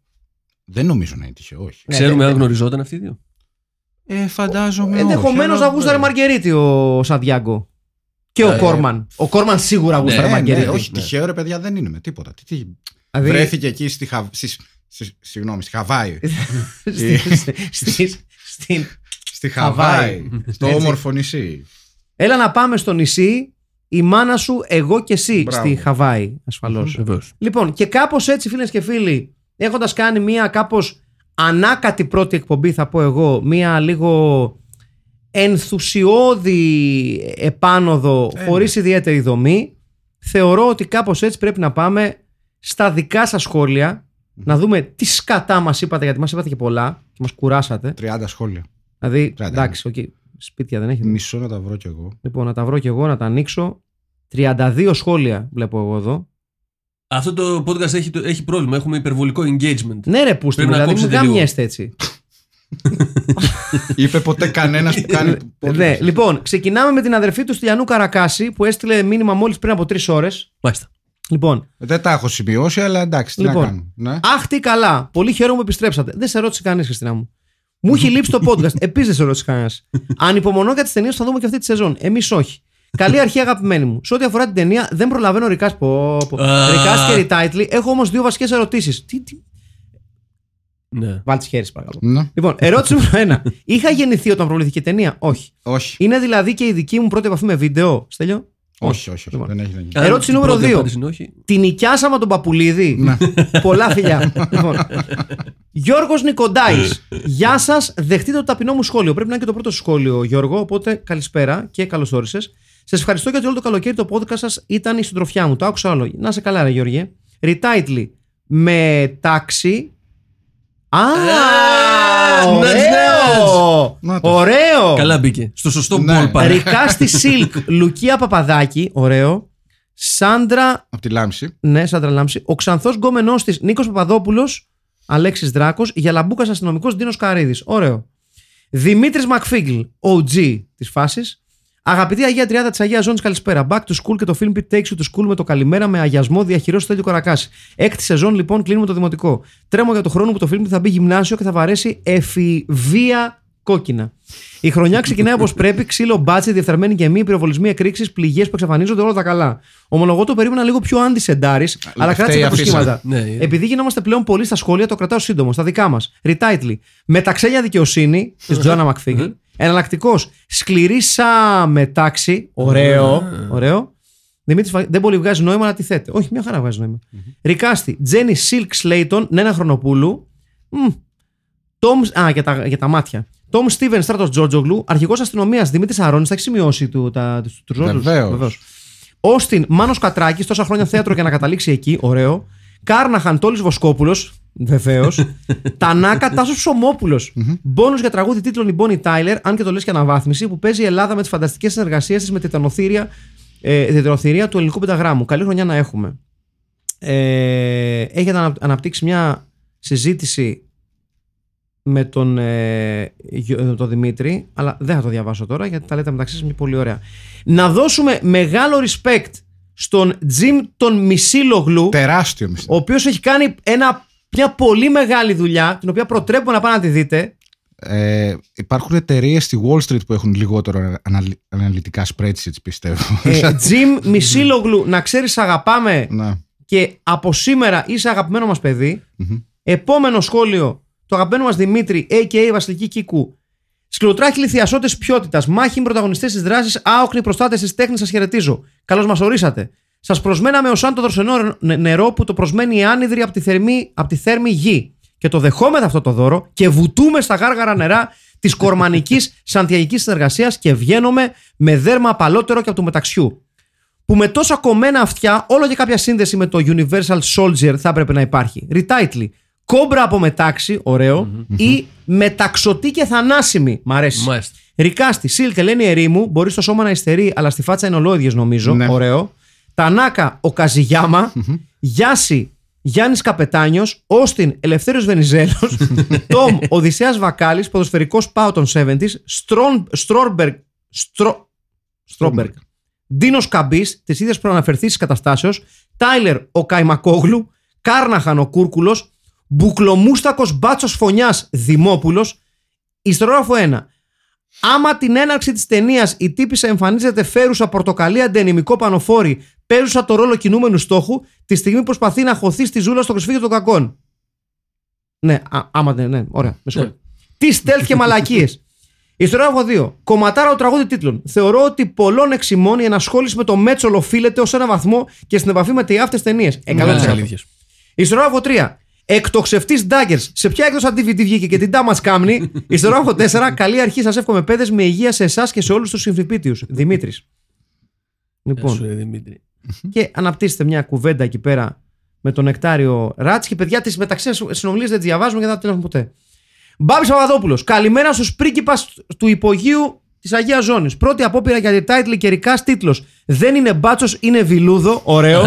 Δεν νομίζω να είναι τυχαίο, όχι.
Ναι,
Ξέρουμε
δεν-
αν γνωριζόταν αυτοί οι δύο.
Ε, ναι. φαντάζομαι.
Ενδεχομένω να γούσταρε Μαργερίτη ο Σαντιάγκο. Και ο
Ε,
Κόρμαν. Ο Κόρμαν σίγουρα γούσταρε
Ναι, ναι,
Μαργερίτη.
όχι
ναι.
τυχαίο ρε παιδιά, δεν είναι με τίποτα. Τι, τι-
Δηλαδή,
Βρέθηκε εκεί στη, Χα... στη... στη- Συγγνώμη, στη Χαβάη.
στις- στις- στην-
στη
Χαβάη.
Χαβάη. στο
Έτσι.
όμορφο νησί.
Έλα να πάμε στο νησί, η μάνα σου, εγώ και εσύ
Μπράβο.
στη Χαβάη, ασφαλώς.
Βεβαίως.
Λοιπόν, και κάπως έτσι, φίλες και φίλοι, έχοντας κάνει μία κάπως ανάκατη πρώτη εκπομπή, θα πω εγώ, μία λίγο ενθουσιώδη επάνωδο,
Ε,
χωρίς ιδιαίτερη δομή, θεωρώ ότι κάπως έτσι πρέπει να πάμε στα δικά σας σχόλια, να δούμε τι σκατά μας είπατε, γιατί μας είπατε και πολλά και μας κουράσατε.
30 σχόλια.
Δηλαδή,
Κράτα.
εντάξει, οκ, σπίτια δεν έχετε.
Μισό να τα βρω κι εγώ.
Λοιπόν, να τα βρω κι εγώ, να τα ανοίξω. 32 σχόλια βλέπω εγώ εδώ.
Αυτό το podcast έχει, το- έχει πρόβλημα. Έχουμε υπερβολικό engagement.
Ναι, ρε, πούστη,
Πρέπει
μου,
να
δηλαδή μην
κόψετε λίγο.
γαμιέστε έτσι.
Είπε ποτέ κανένας που κάνει. podcast.
ναι, λοιπόν, ξεκινάμε με την αδερφή του Στυλιανού Καρακάση που έστειλε μήνυμα μόλις πριν από τρεις ώρες.
Μάλιστα.
Λοιπόν,
Δεν τα έχω σημειώσει, αλλά εντάξει, τι
Λοιπόν.
να κάνω. Ναι.
αχ, τι καλά. Πολύ χαίρομαι που επιστρέψατε. Δεν σε ρώτησε κανείς, Χριστίνα μου. Μου έχει λείψει το podcast. Επίσης δεν σε ρώτησε κανένας. Ανυπομονώ για τις ταινίες που θα δούμε και αυτή τη σεζόν. Εμείς όχι. Καλή αρχή, αγαπημένοι μου. Σε ό,τι αφορά την ταινία, δεν προλαβαίνω ρικά. Πω, πω.
Α.
Recast και retitle. Έχω όμως δύο βασικές ερωτήσεις. Τι, τι.
Ναι.
Βάλτε χέρι, σας παρακαλώ.
Ναι.
Λοιπόν, ερώτηση νούμερο 1. Είχα γεννηθεί όταν προβληθηκε η ταινία. Όχι.
Όχι.
Είναι δηλαδή και η δική μου πρώτη επαφή με βίντεο. Στέλιο.
Όχι, όχι, όχι.
Λοιπόν.
Δεν έχει να γίνει.
Ε, Ερώτηση
Αν
νούμερο
η πρώτη
δύο.
απάντηση είναι όχι.
Την νοικιάσαμε τον Παπουλίδη. Πολλά φιλιά. λοιπόν. Γιώργος Νικοντάης. Γεια σας. Δεχτείτε το ταπεινό μου σχόλιο. Πρέπει να είναι και το πρώτο σου σχόλιο, Γιώργο. Οπότε καλησπέρα και καλώς όρισες. Σας ευχαριστώ γιατί όλο το καλοκαίρι το podcast σας ήταν η συντροφιά μου. Το άκουσα όλο. Να σε καλά, ρε Γιώργε. Retitle. Με τάξη. Α!
νατς,
Ωραίο!
νατς.
Ωραίο!
Καλά μπήκε. Στο σωστό
Ναι.
ballpark.
Ρικά στη Σιλκ, Λουκία Παπαδάκη, ωραίο. Σάντρα,
Από τη λάμψη.
ναι, Σάντρα Λάμψη. Ο ξανθός γκόμενό της Νίκος Παπαδόπουλος, Αλέξης Δράκος. Γιαλαμπούκα αστυνομικό Ντίνο Καρίδης. Ωραίο. Δημήτρης Μακφίγγλ, OG της φάσης. Αγαπητή Αγία Τριάδα της Αγίας Ζώνης, καλησπέρα. Back to school και το film Pit Takes You to School με το καλημέρα με αγιασμό διαχειρός Στέλιο Καρακάση. Έκτη σεζόν λοιπόν κλείνουμε το δημοτικό. Τρέμω για το χρόνο που το film θα μπει γυμνάσιο και θα βαρέσει εφηβεία κόκκινα. Η χρονιά ξεκινάει όπως πρέπει, ξύλο μπάτσι, διεφθαρμένη και μη, πυροβολισμοί, εκρήξεις, πληγές που εξαφανίζονται, όλα τα καλά. Ομολογώ το περίμενα λίγο πιο αντισεντάρης, αλλά κράτησε τα
φταίει η αφίσα.
προσχήματα.
Ναι, ε.
Επειδή γινόμαστε πλέον πολλοί στα σχόλια, το κρατάω σύντομο, στα δικά μας. Retitle. Μεταξέλια δικαιοσύνη της Τζόνα Μακφίγγι. Εναλλακτικός. Σκληρή μετάξη. Ωραίο. ωραίο. Δημήτρης Φα- δεν πολύ βγάζει νόημα να τη θέτε. Όχι, μια χαρά βγάζει νόημα. Ρικάστη. Τζένι Σίλκ Σλέιτον, Νένα Χρονοπούλου. Μμ. Tom, α, για τα, για τα μάτια. Τόμ Στίβεν Στράτος Τζότζογλου, αρχηγός αστυνομίας Δημήτρης Αρώνης, θα έχεις σημειώσει του, τα, τους- τους ρόλους.
Βεβαίως.
Όστιν Μάνος Κατράκης, τόσα χρόνια θέατρο για να καταλήξει εκεί, ωραίο. Κάρναχαν Τόλης Βοσκόπουλος, βεβαίως. Τανάκα Τάσος Ψωμόπουλος. Μπόνου για τραγούδι τίτλων η Bonnie Tyler, αν και το λες και αναβάθμιση, που παίζει η Ελλάδα με τις φανταστικές συνεργασίες της με τετανοθήρια, ε, τετανοθήρια του ελληνικού πενταγράμμου. Καλή χρονιά να έχουμε. Ε, έχετε ανα- αναπτύξει μια συζήτηση με τον, ε, Γιο- ε, τον Δημήτρη, αλλά δεν θα το διαβάσω τώρα γιατί τα λέτε μεταξύ σας είναι πολύ ωραία. Να δώσουμε μεγάλο respect στον Τζιμ τον Μισίλογλου,
Τεράστιο μισθό.
ο οποίος έχει κάνει ένα, μια πολύ μεγάλη δουλειά, την οποία προτρέπω να πάτε να τη δείτε.
Ε, υπάρχουν εταιρείες στη Wall Street που έχουν λιγότερο αναλυ- αναλυτικά spreadsheets, πιστεύω.
Ε, Τζιμ Μισίλογλου, να ξέρεις αγαπάμε
ναι.
και από σήμερα είσαι αγαπημένο μας παιδί.
Μμμ.
Επόμενο σχόλιο του αγαπημένου μας Δημήτρη, a.k.a. Βασιλική Κίκου. Σκληροτράχοι λιθιασότες ποιότητας, μάχημοι πρωταγωνιστέ τη δράση, άοκνοι προστάτε τη τέχνης, σας χαιρετίζω. Καλώς μας ορίσατε. Σας προσμέναμε ω αν το δροσενό νε- νερό που το προσμένει η άνυδρη από τη, θερμή, από τη θέρμη γη. Και το δεχόμεθα αυτό το δώρο και βουτούμε στα γάργαρα νερά της κορμανικής σαντιαγικής συνεργασίας και βγαίνουμε με δέρμα απαλότερο και από του μεταξιού που με τόσα κομμένα αυτιά όλο και κάποια σύνδεση με το Universal Soldier θα έπρεπε να υπάρχει. Retitle. Κόμπρα από μετάξι, ωραίο, ή μεταξωτή και θανάσιμη. Μ' αρέσει.
Μάλιστα.
Ρικάστη, Σιλ και Λένι Ερήμου, μπορεί στο σώμα να υστερεί, αλλά στη φάτσα είναι ολόιδιες νομίζω.
Ναι.
Ωραίο. Τανάκα, ο Καζιγιάμα. Γιάση, Γιάννης Καπετάνιος. Όστιν, Ελευθέριος Βενιζέλος. Τόμ, Οδυσσέας Βακάλης, ποδοσφαιρικός πάω των 70s. Στρον- Στρόρμπεργκ. Στρο- Στρόμπεργκ. Ντίνος Καμπής, τη ίδια προαναφερθή καταστάσεως. Τάιλερ ο Καϊμακόγλου. Κάρναχαν ο Κούρκουλο. Μπουκλομούστακος Μπάτσος Φωνιάς Δημόπουλος. Ιστερόγραφο 1. Άμα την έναρξη της ταινίας η τύπησα εμφανίζεται φέρουσα πορτοκαλί αντενημικό πανοφόρι, παίζουσα το ρόλο κινούμενου στόχου, τη στιγμή που προσπαθεί να χωθεί στη ζούλα στο κρυσφύγιο των κακών. Ναι, α, άμα δεν. Ναι, ωραία, με συγχωρείτε. Τι στέλθ και μαλακίες. Ιστοριάγραφο 2. Κομματάρα ο τραγούδι τίτλων. Θεωρώ ότι πολλών εξημών η ενασχόληση με το μέτσολο οφείλεται ως ένα βαθμό και στην επαφή με Ε, τι αυτέ ταινίε.
Μεγάλες
100%.
αλήθειες.
Ιστορόγραφο 3. Εκτοξευτής Ντάγκερ. Σε ποια έκδοση αντί DVD βγήκε και την Τάμα Κάμνη. Ιστορόγραφο 4. Καλή αρχή. Σας εύχομαι παιδες με υγεία σε εσάς και σε όλους τους συμφιπίτιους. Δημήτρης.
Γεια σου,
Λοιπόν,
ρε Δημήτρη.
και αναπτύσσετε μια κουβέντα εκεί πέρα με τον νεκτάριο Ράτς και παιδιά της μεταξύ συνομιλίες δεν τις διαβάζουμε και δεν θα την έχουμε ποτέ. Μπάμπης Παπαδόπουλος. Καλημέρα στους πρίγκιπας του υπογείου της Αγίας Ζώνης. Πρώτη απόπειρα για retitle και ρικάς τίτλος. Δεν είναι μπάτσος, είναι βιλούδο. Ωραίο.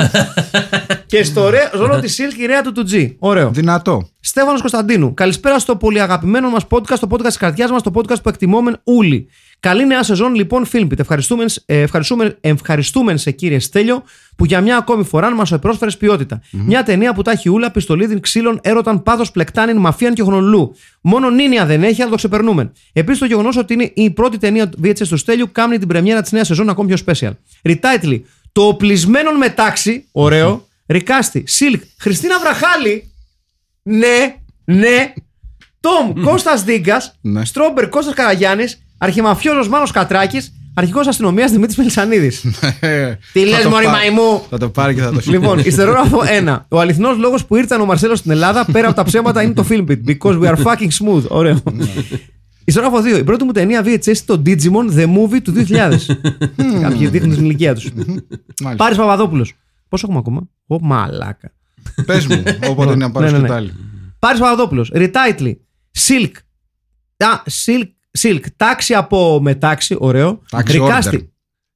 και στο ρε- ρόλο της Σιλκ η ρέα του του G. Ωραίο.
Δυνατό.
Στέφανος Κωνσταντίνου. Καλησπέρα στο πολύ αγαπημένο μας podcast, το podcast της καρδιάς μας, το podcast που εκτιμόμεν όλοι. Καλή νέα σεζόν λοιπόν, Filmpit. Ευχαριστούμε, ε, ευχαριστούμε, ευχαριστούμε σε κύριε Στέλιο που για μια ακόμη φορά μας επρόσφερες ποιότητα. Μια ταινία που τα έχει ούλα, πιστολίδιν, ξύλων, έρωταν, πάθος, πλεκτάνιν, μαφίαν και χρονολού. Μόνο νίνια δεν έχει, αλλά το ξεπερνούμε. Επίσης το γεγονός ότι είναι η πρώτη ταινία του VHS του Στέλιου κάνει την πρεμιέρα της νέας σεζόν ακόμη πιο special. Retitle. Το οπλισμένον μετάξι, ωραίο. Ρικάστη, Σιλκ, Χριστίνα Βραχάλη, ναι, ναι. Τόμ Κώστας Δίγκας.
Ναι.
Στρόμπερ Κώστας Καραγιάννης. Αρχιμαφιόζος Μάνος Κατράκης. Αρχηγός αστυνομίας Δημήτρης Μελισανίδης.
Ναι.
Τι
Θα
λες,
το
Μωρή
πά-
Μαϊμού.
Θα το πάρει και θα το χει.
Λοιπόν, ιστερόγραφο 1. Ο αληθινός λόγος που ήρθαν ο Μαρσέλος στην Ελλάδα πέρα από τα ψέματα είναι το Filmpit. Because we are fucking smooth. Ωραίο. Ιστερόγραφο 2. Η πρώτη μου ταινία VHS ήταν το Digimon The Movie του 2000. Κάποιοι δείχνουν την ηλικία τους.
Μάλιστα.
Πάρης Παπαδόπουλος. Πόσο έχουμε ακόμα. Ω μαλάκα.
Πες μου, όποτε είναι να πάρεις
Ναι, ναι, ναι.
σκητάλι.
Πάρης Παπαδόπουλος, Retitle, Silk, Α, Silk, Silk, τάξη από μετάξι, ωραίο.
Taxi
Ρικάστη.
order.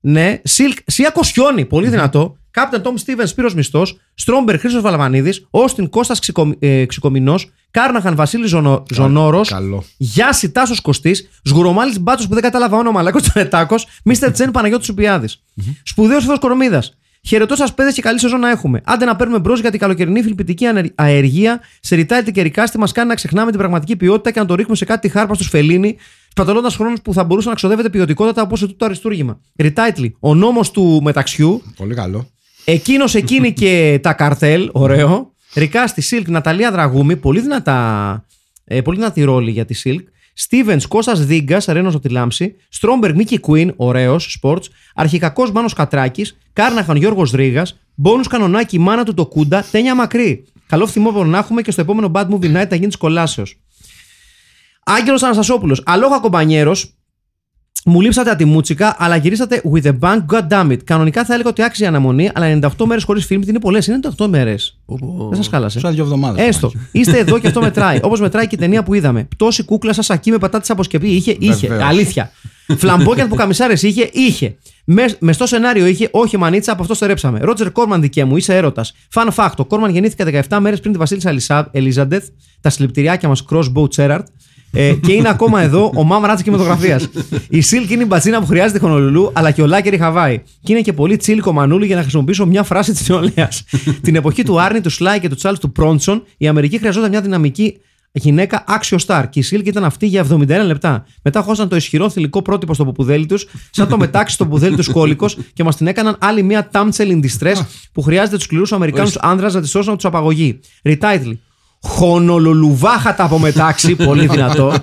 Ναι, Silk, Σία Κοσιόνι, πολύ δυνατό. Κάπτεν Τόμ Στίβεν Σπύρος Μισθός, Στρόμπερ Χρήσο Βαλαβανίδη, Όστιν Κώστα Ξικομινό, ε, Κάρναχαν Βασίλης Ζωνόρος,
Καλό.
Γιάση Τάσος Κωστής, Σγουρομάλης Μπάτσος που δεν κατάλαβα όνομα, αλλά Τσαρετάκο, Μίστερ Τσέν Παναγιώτη Σουπιάδη. Σπουδαίος Θεός Κορομίδας. Χαιρετώ σα, παιδες, και καλή σεζόν να έχουμε. Άντε να παίρνουμε μπρος για την καλοκαιρινή φιλπιτική ανερ- αεργία. Σε ρητάει την καιρικάστη, μας κάνει να ξεχνάμε την πραγματική ποιότητα και να το ρίχνουμε σε κάτι χάρπα στου φελίνη, σπαταλώντα χρόνο που θα μπορούσε να ξοδεύεται ποιοτικότατα όπως τούτο το αριστούργημα. Ρητάιτλι, ο νόμος του μεταξιού,
Πολύ καλό.
Εκείνος, εκείνη και τα καρτέλ, ωραίο. Ρικά στη Σιλκ, Ναταλία Δραγούμη, πολύ δυνατά. Ε, πολύ δυνατή ρόλη για τη Σιλκ. Στίβεν Κώστας Δίγκας, αρένο από τη Λάμψη. Στρόμπερ Μίκη Κουίν, ωραίος, σπορτ. Αρχικακός Μάνος Κατράκης. Κάρναχαν Γιώργος Ρίγα. Μπόνους Κανονάκη, η μάνα του το Κούντα. Τένια Μακρύ. Καλό φθινόπωρο να έχουμε και στο επόμενο Bad Movie Night θα γίνει της κολάσεως. Άγγελος Αναστασόπουλος. Αλόγα κομπανιέρος. Μου λείψατε ατιμούτσικα, αλλά γυρίσατε with a bang, god damn it. Κανονικά θα έλεγα ότι άξιζε αναμονή, αλλά 98 μέρες χωρίς film τι είναι πολλές. Είναι 98 μέρε. Δεν σας χάλασε.
Σαν δύο εβδομάδες.
Ε, Έστω. Είστε εδώ και αυτό μετράει. Όπως μετράει και η ταινία που είδαμε. Πτώση κούκλα σα ακεί με πατάτες από σκεπή. Είχε, είχε.
Βεβαίως.
Αλήθεια. Φλαμπόκια που καμισάρες είχε, είχε. Μες, με στο σενάριο είχε, όχι μανίτσα, από αυτό στερέψαμε. Ρότζερ Κόρμαν δικέ μου, είσαι έρωτας. Fun fact: ο Κόρμαν γεννήθηκε 17 μέρες πριν τη Βασίλισσα Ελισά- Ελίζαντεθ, τα συλληπτηριάκια μα Crossbow Τσέραρτ. Ε, και είναι ακόμα εδώ ο Μαμ Ράτσα κινηματογραφίας. η Σιλκ είναι η μπατσίνα που χρειάζεται η Χονολουλού, αλλά και ο Λάκερ η Χαβάη. Και είναι και πολύ τσίλικο μανούλι για να χρησιμοποιήσω μια φράση της νεολαίας. Την εποχή του Άρνη, του Σλάι και του Τσάλ του Πρόντσον, η Αμερική χρειαζόταν μια δυναμική γυναίκα άξιο στάρ. Και η Σίλκ ήταν αυτή για 71 λεπτά. Μετά χώσαν το ισχυρό θηλυκό πρότυπο στο ποπουδέλι τους, σαν το μετάξι στο ποπουδέλι τους κόλικος και μας την έκαναν άλλη μια τάμτσελ in distress που χρειάζεται τους σκληρούς Αμερικάνους άνδρας να τη σώσουν από τους απαγωγή. Ριτάιτλι. Χονολουλουβάχατα από μετάξι, πολύ δυνατό.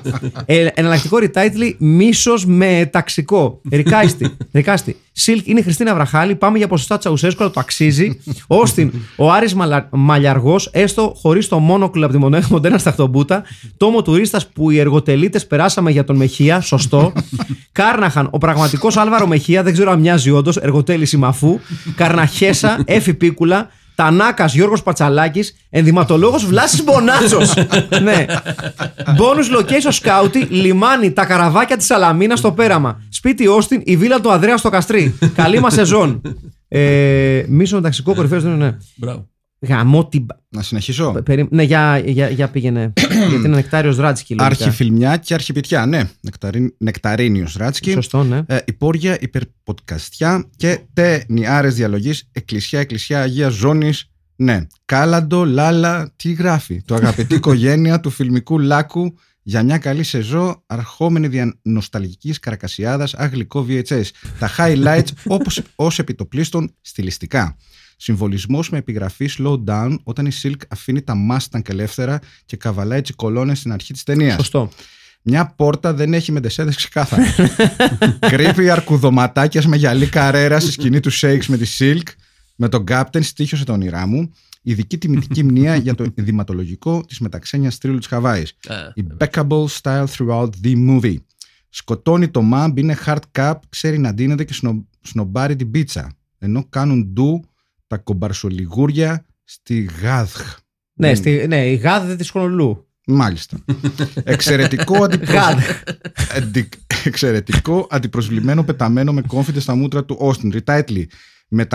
Ε, εναλλακτικό retitle, μίσος με ταξικό. Ρικάστη. Ρικάστη. Σιλκ είναι η Χριστίνα Βραχάλη. Πάμε για ποσοστά Τσαουσέσκου, αλλά το αξίζει. Όστιν, ο Άρης Μαλα... Μαλιαργός, έστω χωρίς το μόνοκλ από τη μονέ- μοντέρνα στα χτομπούτα. Τόμο τουρίστας που οι εργοτελείτε περάσαμε για τον Μεχία, σωστό. Κάρναχαν, ο πραγματικός Άλβαρο Μεχία, δεν ξέρω αν μοιάζει όντως, εργοτέλη μαφού. Καρναχέσα, έφη πίκουλα. Τανάκας Γιώργος Πατσαλάκης, ενδυματολόγος Βλάσης Μπονάτσος. ναι. Bonus location σκάουτι, λιμάνι, τα καραβάκια της Σαλαμίνας στο πέραμα. Σπίτι Όστιν, η βίλα του Ανδρέα στο Καστρί. Καλή μας σεζόν. Ε, μίσο ταξικό κορυφαίο δεν είναι.
Μπράβο.
Γαμό την. πα-
Να συνεχίσω.
περί- Ναι, για, για, για πήγαινε. Γιατί είναι νεκτάριος Ράτσκι. λογικά.
Αρχιφιλμιά και αρχιπιτιά. Ναι, Νεκταριν, Νεκταρίνιο Ράτσκι.
Σωστό, ναι.
Ε, υπόρεια, υπερποτκαστιά και ταινιάρες διαλογής. Εκκλησιά, εκκλησιά, Αγία Ζώνης. Ναι. Κάλαντο, λάλα, τι γράφει. Το αγαπητή οικογένεια του φιλμικού Λάκου για μια καλή σεζό, αρχόμενη δια νοσταλγικής καρακασιάδας, αγγλικό VHS. Τα highlights όπως, ως επιτοπλίστων στιλιστικά. Συμβολισμός με επιγραφή slow down όταν η Silk αφήνει τα Mustang ελεύθερα και καβαλάει τις κολόνες στην αρχή της ταινίας.
Σωστό.
Μια πόρτα δεν έχει μεντεσέδε ξεκάθαρα. Κρύβει αρκουδοματάκια με γυαλί καρέρα στη σκηνή του Σέιξ με τη Σίλκ. Με τον Κάπτεν στήχωσε τα όνειρά μου. Ειδική τιμητική μνήα για το ενδυματολογικό της μεταξένιας τρίλου της Χαβάης.
Α,
Impeccable style throughout the movie. Σκοτώνει το μάμπ, είναι hard cap, ξέρει να ντύνεται και σνο, σνομπάρει την πίτσα. Ενώ κάνουν ντου τα κομπαρσολιγούρια στη Γάδχ.
Ναι, στη, ναι, η γάδε τη Χρονολού.
Μάλιστα. Εξαιρετικό αντιπροσωπικό.
Γάδε.
Αντι- εξαιρετικό, αντιπροσβλημένο, πεταμένο με κόμφιτε στα μούτρα του Όστιν. Ριτάιτλι.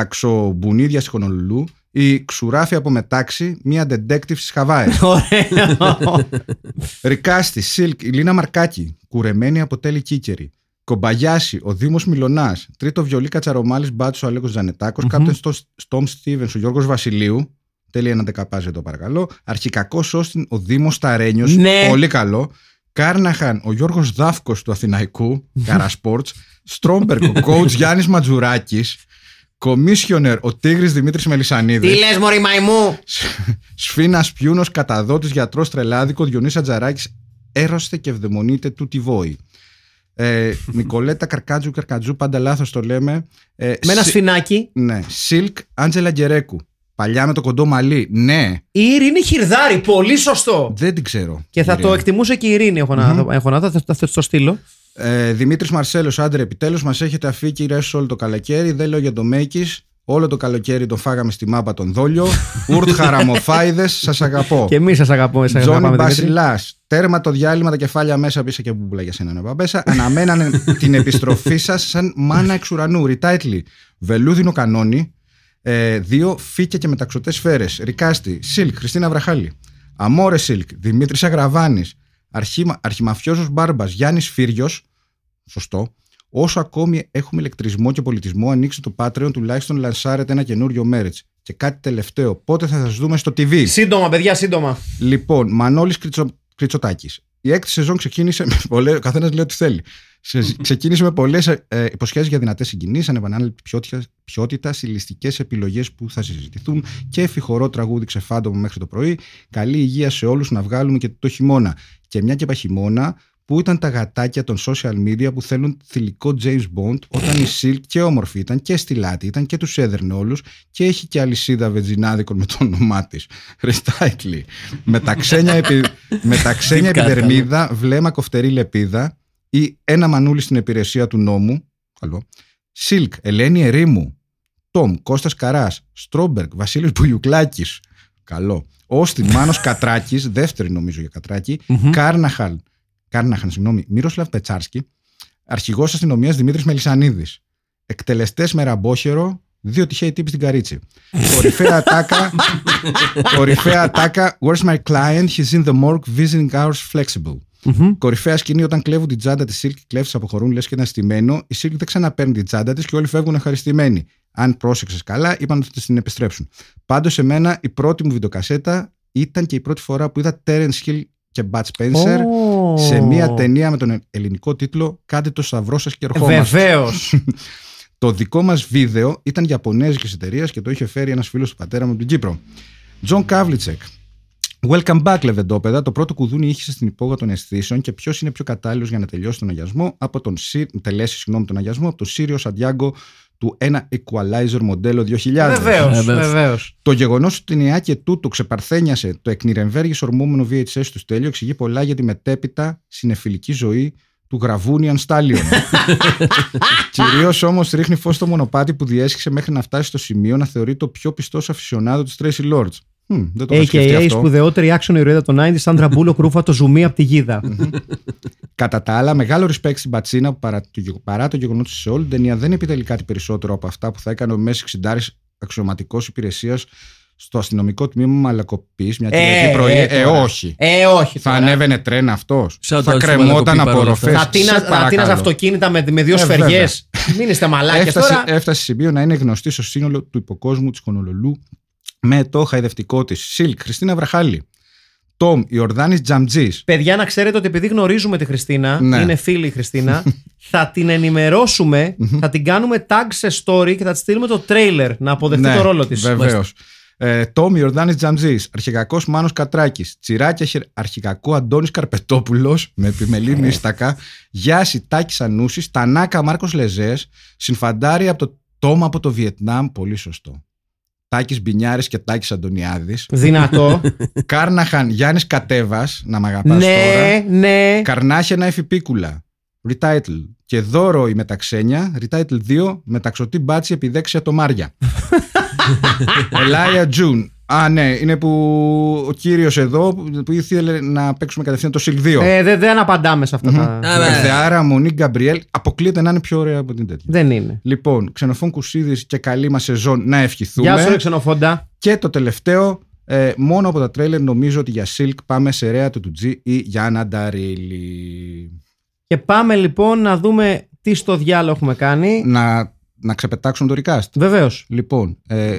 Μεταξομπουνίδια στη Χονολουλού. Η ξουράφια από μετάξι, μία detective στις Χαβάη.
Ωραίο.
Ρικάστη, Σίλκ, η Λίνα Μαρκάκη. Κουρεμένη από τέλη κύκερη. Κομπαγιάση, ο Δήμος Μιλονά. Τρίτο βιολί Κατσαρομάλης Μπάτσος, ο Αλέκος Ζανετάκος. Κάπτεν στο Στόμ Στίβεν, ο Γιώργος Βασιλείου. Τέλεια να δεκαπάζει εδώ παρακαλώ. Αρχικακός Όστιν, ο Δήμος Ταρένιος.
Ναι.
Πολύ καλό. Κάρναχαν, ο Γιώργος Δάφκος του Αθηναϊκού. Καρασπόρτ. Στρόμπερκ, ο coach Γιάννης Ματζουράκης. Κομίσιονερ, ο Τίγρης Δημήτρης Μελισανίδης.
Τι λες, Μωρή Μαϊμού.
Σφίνας Πιούνος, καταδότης γιατρός τρελάδικο, Διονύσα Ατζαράκης, έρωστε και ευδαιμονείτε του τη βόη. Ε, Νικολέτα Καρκάτζου, Καρκατζού, πάντα λάθος το λέμε. Ε,
Με ένα
Σι-
σφινάκι.
Ναι. Σιλκ, Άντζελα Γκερέκου. Παλιά με το κοντό μαλλί. Ναι,
Η Ειρήνη Χιρδάρη, πολύ σωστό.
δεν την ξέρω.
Και θα
Ειρήνη.
το εκτιμούσε και η Ειρήνη, έχω να, έχω να θα, θα, θα το στείλω.
Ε, Δημήτρης Μαρσέλος, άντρε, επιτέλους μας έχετε αφήκει ρε όλο το καλοκαίρι. Δεν λέω για το Μέκη. Όλο το καλοκαίρι τον φάγαμε στη μάπα τον δόλιο. Ουρτ χαραμοφάιδες, σας αγαπώ.
Και εμείς σας αγαπώ, εσά να
Τζόνι
πάμε Δημήτρη.
Μπασιλάς. Τέρμα το διάλειμμα, τα κεφάλια μέσα πίσω και μπουμπουλά για σένα, Νεπαμπέσα. Αναμένανε την επιστροφή σας σαν μάνα εξ ουρανού. Ριτάιτλι. Βελούδινο κανόνι. Ε, δύο, φύκια και μεταξωτές σφαίρες. Ρικάστη, Σιλκ, Χριστίνα Βραχάλη. Αμόρε Σιλκ, Δημήτρης Αγραβάνης. Αρχιμαφιόζος Μπάρμπας, Γιάννης Φύριο. Σωστό. Όσο ακόμη έχουμε ηλεκτρισμό και πολιτισμό, ανοίξτε το Patreon, τουλάχιστον λανσάρετε ένα καινούριο Μέρετ. Και κάτι τελευταίο, πότε θα σας δούμε στο TV.
Σύντομα, παιδιά, σύντομα.
Λοιπόν, Μανώλης Κριτσο... Κριτσοτάκη. Η έκτη σεζόν ξεκίνησε με πολλές. Ο καθένας λέει ό,τι θέλει. Σε- ξεκίνησε με πολλές ε, υποσχέσεις για δυνατές συγκινήσεις, ανεπανάληπτη ποιότητα, ποιότητα στιλιστικέ επιλογές που θα συζητηθούν και φιχωρό τραγούδι ξεφάντωμα μέχρι το πρωί. Καλή υγεία σε όλους να βγάλουμε και το χειμώνα. Και μια και παχυμώνα που ήταν τα γατάκια των social media που θέλουν θηλυκό James Bond όταν η Silk και όμορφη ήταν και στυλάτη ήταν και τους έδερνε όλους και έχει και αλυσίδα βετζινάδικων με το όνομά της. Ρεστάικλι. με τα ξένια, επι... με τα ξένια
Τι κάθαρο.
επιδερμίδα, βλέμμα κοφτερή λεπίδα ή ένα μανούλι στην υπηρεσία του νόμου. Καλό. Silk, Ελένη Ερήμου. Τόμ, Κώστας Καράς. Στρόμπεργκ, Βασίλης Μπουγιουκλάκης. Καλό. Όστιν, Μάνος Κατράκης, δεύτερη νομίζω για Κατράκη. Κάρναχαλ, Κάρναχαν, συγγνώμη, Μύροσλαβ Πετσάρσκι, αρχηγός αστυνομίας Δημήτρης Μελισανίδης. Εκτελεστές με ραμπόχερο, δύο τυχαίοι τύποι στην Καρίτσι. Κορυφαία ατάκα. κορυφαία ατάκα. Where's my client? He's in the morgue, visiting hours flexible. Κορυφαία σκηνή όταν κλέβουν την τσάντα της Silk, κλέφτες αποχωρούν λες και ήταν στημένο. Η Silk δεν ξαναπαίρνει την τσάντα της και όλοι φεύγουν ευχαριστημένοι. Αν πρόσεξες καλά, είπαν ότι θα την επιστρέψουν. Πάντως, σε μένα η πρώτη μου βιντεοκασέτα ήταν και η πρώτη φορά που είδα Terence Hill και Bud Spencer
Ω.
σε μια ταινία με τον ελληνικό τίτλο Κάντε το σταυρό σας και
Ε,
ερχόμαστε.
Βεβαίως.
Το δικό μας βίντεο ήταν Ιαπωνέζικης εταιρείας και το είχε φέρει ένας φίλος του πατέρα μου από την Κύπρο. Τζον Καβλιτσεκ. Welcome back, λεβεντόπεδα. Το πρώτο κουδούνι ήχησε στην υπόγεια των αισθήσεων και ποιος είναι πιο κατάλληλος για να τελειώσει τον αγιασμό από τον, Σι- τελέσει, συγγνώμη, τον αγιασμό από το Σύριο Σαντιάγκο του ένα equalizer μοντέλο 2000.
Βεβαίως.
Ε, βέβαια.
Βεβαίως.
Το γεγονός ότι η ΕΑ και τούτο ξεπαρθένιασε το εκ Νιρεμβέργη ορμόμενο VHS του Στέλιο εξηγεί πολλά για τη μετέπειτα συνεφιλική ζωή του Γραβούνιαν Στάλιον. Κυρίως όμως ρίχνει φως στο μονοπάτι που διέσχισε μέχρι να φτάσει στο σημείο να θεωρεί το πιο πιστό αφισιονάδο της Tracy Lords. Μμμ, δεν το είχα σκεφτεί
AKA Ε η
αυτό.
σπουδαιότερη action ηρωίδα των 90 Σάντρα Μπούλο Κρούφα το ζουμί από τη γίδα.
Κατά τα άλλα, μεγάλο respect στην Πατσίνα που παρά το, γεγο- παρά το γεγονός ότι σε όλη την ταινία δεν επιτελεί κάτι περισσότερο από αυτά που θα έκανε ο Μέση Ξιντάρης αξιωματικός υπηρεσίας στο αστυνομικό τμήμα Μαλακοπής μια Κυριακή πρωί. Ε,
τώρα.
όχι.
Ε, όχι.
Θα
τώρα.
ανέβαινε τρένα αυτός.
Shout
Θα
out στη
κρεμόταν
Μαλακοπή
από
παρόλα αυτά.
οροφέ.
Θα τίνας- θα τίνας αυτοκίνητα με, με δύο
Ε,
σφαιριέ.
βέβαια.
Μην είστε μαλάκες
Έφτασε, ε,
τώρα.
έφτασε σημείο να είναι γνωστή στο σύνολο του υποκόσμου της Χονολολού με το χαϊδευτικό της. Σιλκ, Χριστίνα Βραχάλη. Τόμ, Ιορδάνης Τζαμτζής.
Παιδιά, να ξέρετε ότι επειδή γνωρίζουμε τη Χριστίνα,
Ναι.
είναι φίλη η Χριστίνα, θα την ενημερώσουμε, θα την κάνουμε tag σε story και θα της στείλουμε το trailer να αποδεχτεί το ρόλο της.
Βεβαίως. Ναι, Ε, Τόμι Ιορδάνη Τζαμζή, αρχηγακό Μάνος Κατράκης, Τσιράκια χε- αρχηγακό Αντώνης Καρπετόπουλος με
Ναι.
επιμελή μίστακα, Γιάση Τάκης Ανούσης, Τανάκα Μάρκος Λεζές, συμφαντάρι από το Τόμα από το Βιετνάμ, πολύ σωστό. Τάκης Μπινιάρης και Τάκης Αντωνιάδης,
Δυνατό.
Κάρναχαν Γιάννης Κατέβας, να μ' αγαπάς τώρα.
ναι, ναι.
Καρνάχενα Εφηπίκουλα. Retitle. Και δώρο η μεταξένια. Retitle 2. Μεταξωτή μπάτσι επιδέξια το Μάρια. Ελάια Τζουν. Α, ναι, είναι που ο κύριος εδώ που που ήθελε να παίξουμε κατευθείαν το Silk 2.
Ε, δεν, δεν απαντάμε σε αυτά τα.
Α, ναι.
Θεάρα Μονή Γκαμπριέλ. Αποκλείεται να είναι πιο ωραία από την τέτοια.
Δεν είναι.
Λοιπόν, ξενοφών Κουσίδης και καλή μας σεζόν να ευχηθούμε.
Γεια σου, ρε ξενοφόντα.
Και το τελευταίο, ε, μόνο από τα τρέλερ νομίζω ότι για Silk πάμε σε ρέα του του G ή Γιάννα Νταρίλη.
Και πάμε λοιπόν να δούμε τι στο διάλογο έχουμε
Ναι.
κάνει.
να, να ξεπετάξουν το recast.
Βεβαίως.
Λοιπόν, ε,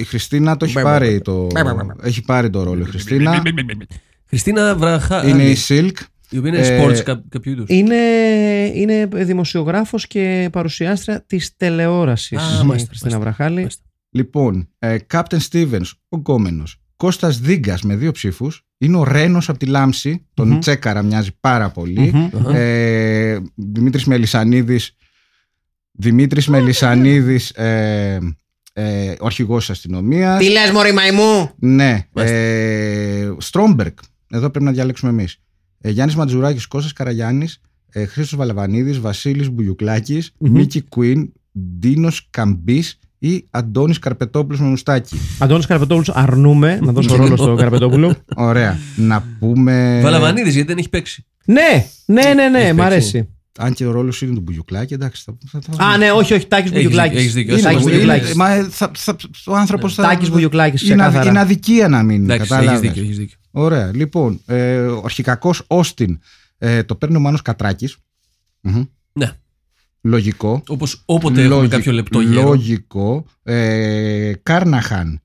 η Χριστίνα το έχει πάρει το, έχει πάρει το ρόλο. Η Χριστίνα
Χριστίνα Βραχά.
είναι η Silk.
Η οποία είναι
Ε,
sports κά- κάποιου είδου.
Είναι, είναι δημοσιογράφος και παρουσιάστρια της τηλεόρασης
Α,
η
μάλιστα,
Χριστίνα
μάλιστα,
Βραχάλη.
μάλιστα.
Λοιπόν, ε, Captain Stevens, ο Γκόμενος. Κώστας Δίγκας με δύο ψήφους. Είναι ο Ρένος από τη Λάμψη. Τον
Μμμ.
τσέκαρα μοιάζει πάρα πολύ.
Μμμ.
Ε, Δημήτρης Μελισανίδης Δημήτρης Μελισανίδης ε, ε, ο αρχηγός της αστυνομίας
Τι λες μωρή μαϊμού
Ναι. Ε, Στρόμπεργκ. Εδώ πρέπει να διαλέξουμε εμείς. Ε, Γιάννης Ματζουράκης, Κώστας Καραγιάννης, ε, Χρήστος Βαλαβανίδη, Βασίλη
Μμμ.
Μίκη Κουίν, Ντίνος Καμπής ή Αντώνης Καρπετόπουλος με μουστάκι.
Αντώνης Καρπετόπουλος αρνούμε να δώσω ρόλο στο Καρπετόπουλο
Ωραία. να πούμε.
Βαλαβανίδης, γιατί δεν έχει παίξει.
ε, Ναι, ναι, ναι, ναι,
Έχει
μ'
παίξει.
αρέσει
Αν και ο ρόλος είναι του Μπουγιουκλάκη, εντάξει. Θα, θα, θα-
Α, ναι, όχι, όχι, Τάκης
Έχεις- έχεις
Μπουγιουκλάκη.
δίκιο.
Είναι,
Τάκης
Σάκης
είναι-
Μπουγιουκλάκης.
μα, ε, θα, θα, ο άνθρωπος θα.
Τάκης Μπουγιουκλάκης,
Είναι, αδ-
ξεκάθαρα.
είναι αδικία να μείνει.
Ναι. Εντάξει, έχεις
κατάλαβες.
δίκιο. Έχεις δίκιο.
Ωραία. Λοιπόν, ε, ο αρχικακός Όστιν ε, το παίρνει ο Μάνος Κατράκης.
Ναι.
Λογικό.
Όπως όποτε έχουμε
Λογι-
κάποιο λεπτό γέρο.
Λογικό. Ε, Κάρναχαν.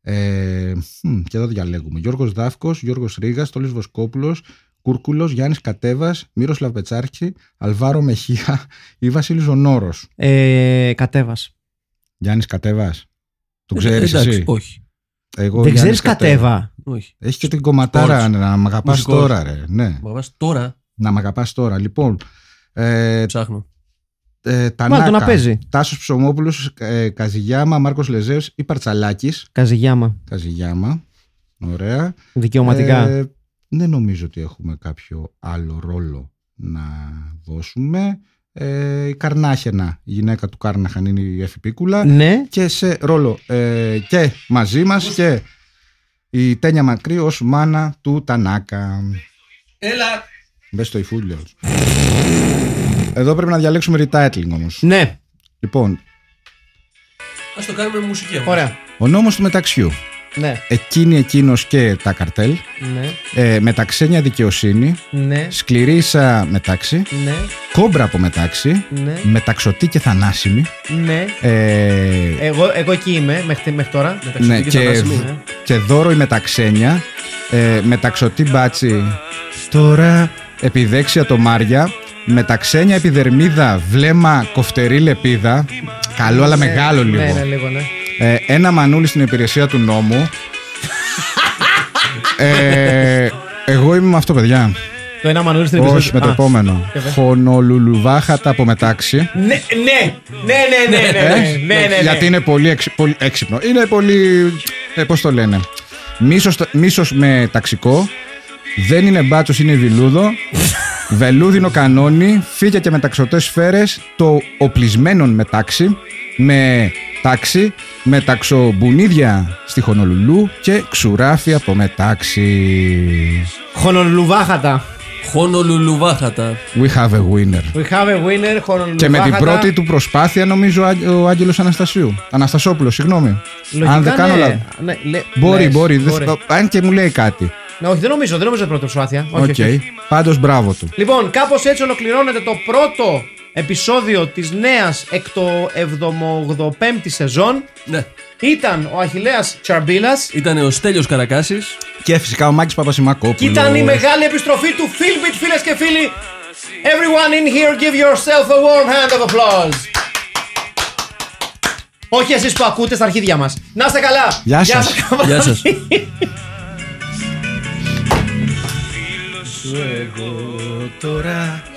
Ε, μ, και εδώ διαλέγουμε. Γιώργος Δάφκος, Γιώργος Ρήγας, Τόλης Βοσκόπουλος, Κούρκουλος, Γιάννης Κατέβας, Μύρος Λαβετσάρχη, Αλβάρο Μεχία ή Βασίλης Ζωνόρος.
Ε, Κατέβας.
Γιάννης Κατέβας. Το
Ε,
ξέρεις
εντάξει,
εσύ.
Όχι.
Εγώ
Δεν
Γιάννης
ξέρεις Κατέβα.
όχι.
Έχει και την κομματάρα
Sports.
να μ' αγαπάς
Μουσικός.
τώρα ρε. Ναι.
Μα βάζεις τώρα
Να μ' αγαπάς τώρα. Λοιπόν, ε,
ψάχνω.
ε, Τανάκα,
Βάλτε να παίζει.
Τάσος Ψωμόπουλος, ε, Καζιγιάμα, Μάρκος Λεζέος ή Παρτσαλάκης.
Καζιγιάμα.
Καζιγιάμα. Ωραία.
Δικαιωματικά.
Ε, δεν νομίζω ότι έχουμε κάποιο άλλο ρόλο να δώσουμε. Ε, η Καρνάχενα, η γυναίκα του Κάρναχαν είναι η Εφηπίκουλα.
Ναι.
Και σε ρόλο ε, και μαζί μας και η Τένια Μακρύ ως μάνα του Τανάκα.
Έλα.
Μπες στο υφούλιο. Εδώ πρέπει να διαλέξουμε retitling όμως.
Ναι.
Λοιπόν,
Ας το κάνουμε με μουσική. όμως.
Ωραία.
ο νόμος του μεταξιού.
Ναι.
Εκείνη, εκείνος και τα καρτέλ.
Ναι.
Ε, μεταξένια δικαιοσύνη.
Ναι.
Σκληρή ίσα μετάξι.
Ναι.
Κόμπρα από μετάξι.
Ναι.
μεταξωτή και θανάσιμη.
Ναι.
Ε,
Εγώ, εγώ εκεί είμαι μέχρι, μέχρι τώρα.
Μεταξωτή
Ναι,
και
και-
θανάσιμη.
Ναι.
και δώρο η μεταξένια. Ε, μεταξωτή μπάτσι. Τώρα. Επιδέξια το Μάρια. Μεταξένια επιδερμίδα. Βλέμμα κοφτερή λεπίδα. Καλό αλλά μεγάλο λίγο.
Ναι, ναι, λίγο, ναι.
Ε, ένα μανούλι στην υπηρεσία του νόμου. ε, εγώ είμαι με αυτό, παιδιά.
Το ένα μανούλι στην
Όχι,
επιστροφή.
με το
Α.
επόμενο.
βέβαια.
Χονολουλουβάχατα από μετάξι.
Ναι, ναι, ναι, ναι, ναι, ναι,
Ε,
ναι, ναι, ναι,
Γιατί είναι πολύ, εξ- πολύ έξυπνο. Είναι πολύ. Ε, Πώς το λένε. Μίσος, μίσος με ταξικό. Δεν είναι μπάτσος, είναι βιλούδο. Βελούδινο κανόνι. Φύγε και μεταξωτέ σφαίρε. Το οπλισμένον με τάξη. Με τάξη. Με ταξομπουνίδια στη Χονολουλού. Και ξουράφι από μετάξι.
Χονολουβάχατα.
Χονολουλουβάχατα.
We have a winner.
We have a winner, χονολουβάχατα.
Και με την πρώτη του προσπάθεια, νομίζω, ο Άγγε- ο Άγγελος Αναστασίου. Αναστασόπουλος, συγγνώμη.
Λογικά,
Αν δεν κάνω
ναι.
λάθο.
Ναι, λε-
Μπορεί,
λες,
μπορεί. Δεν θα- Αν και μου λέει κάτι.
Ναι, όχι, δεν νομίζω, δεν νομίζω πρώτη προσπάθεια. Όχι,
Οκ.
όχι, όχι.
Πάντως μπράβο του.
Λοιπόν, κάπως έτσι ολοκληρώνεται το πρώτο επεισόδιο της νέας εκ το 75η σεζόν.
Ναι.
Ήταν ο Αχηλέας Τσαρμπίλας
Ήταν ο Στέλιος Καρακάσης.
Και φυσικά ο Μάκης Παπασημακόπουλος.
και ήταν η μεγάλη επιστροφή του Filbit, φίλες και φίλοι. Everyone in here, give yourself a warm hand of applause. Όχι εσείς που ακούτε στα αρχίδια μας. Να είστε καλά.
Γεια σας.
καμπανάκι.
Γεια σας.
Φίλος σου εγώ τώρα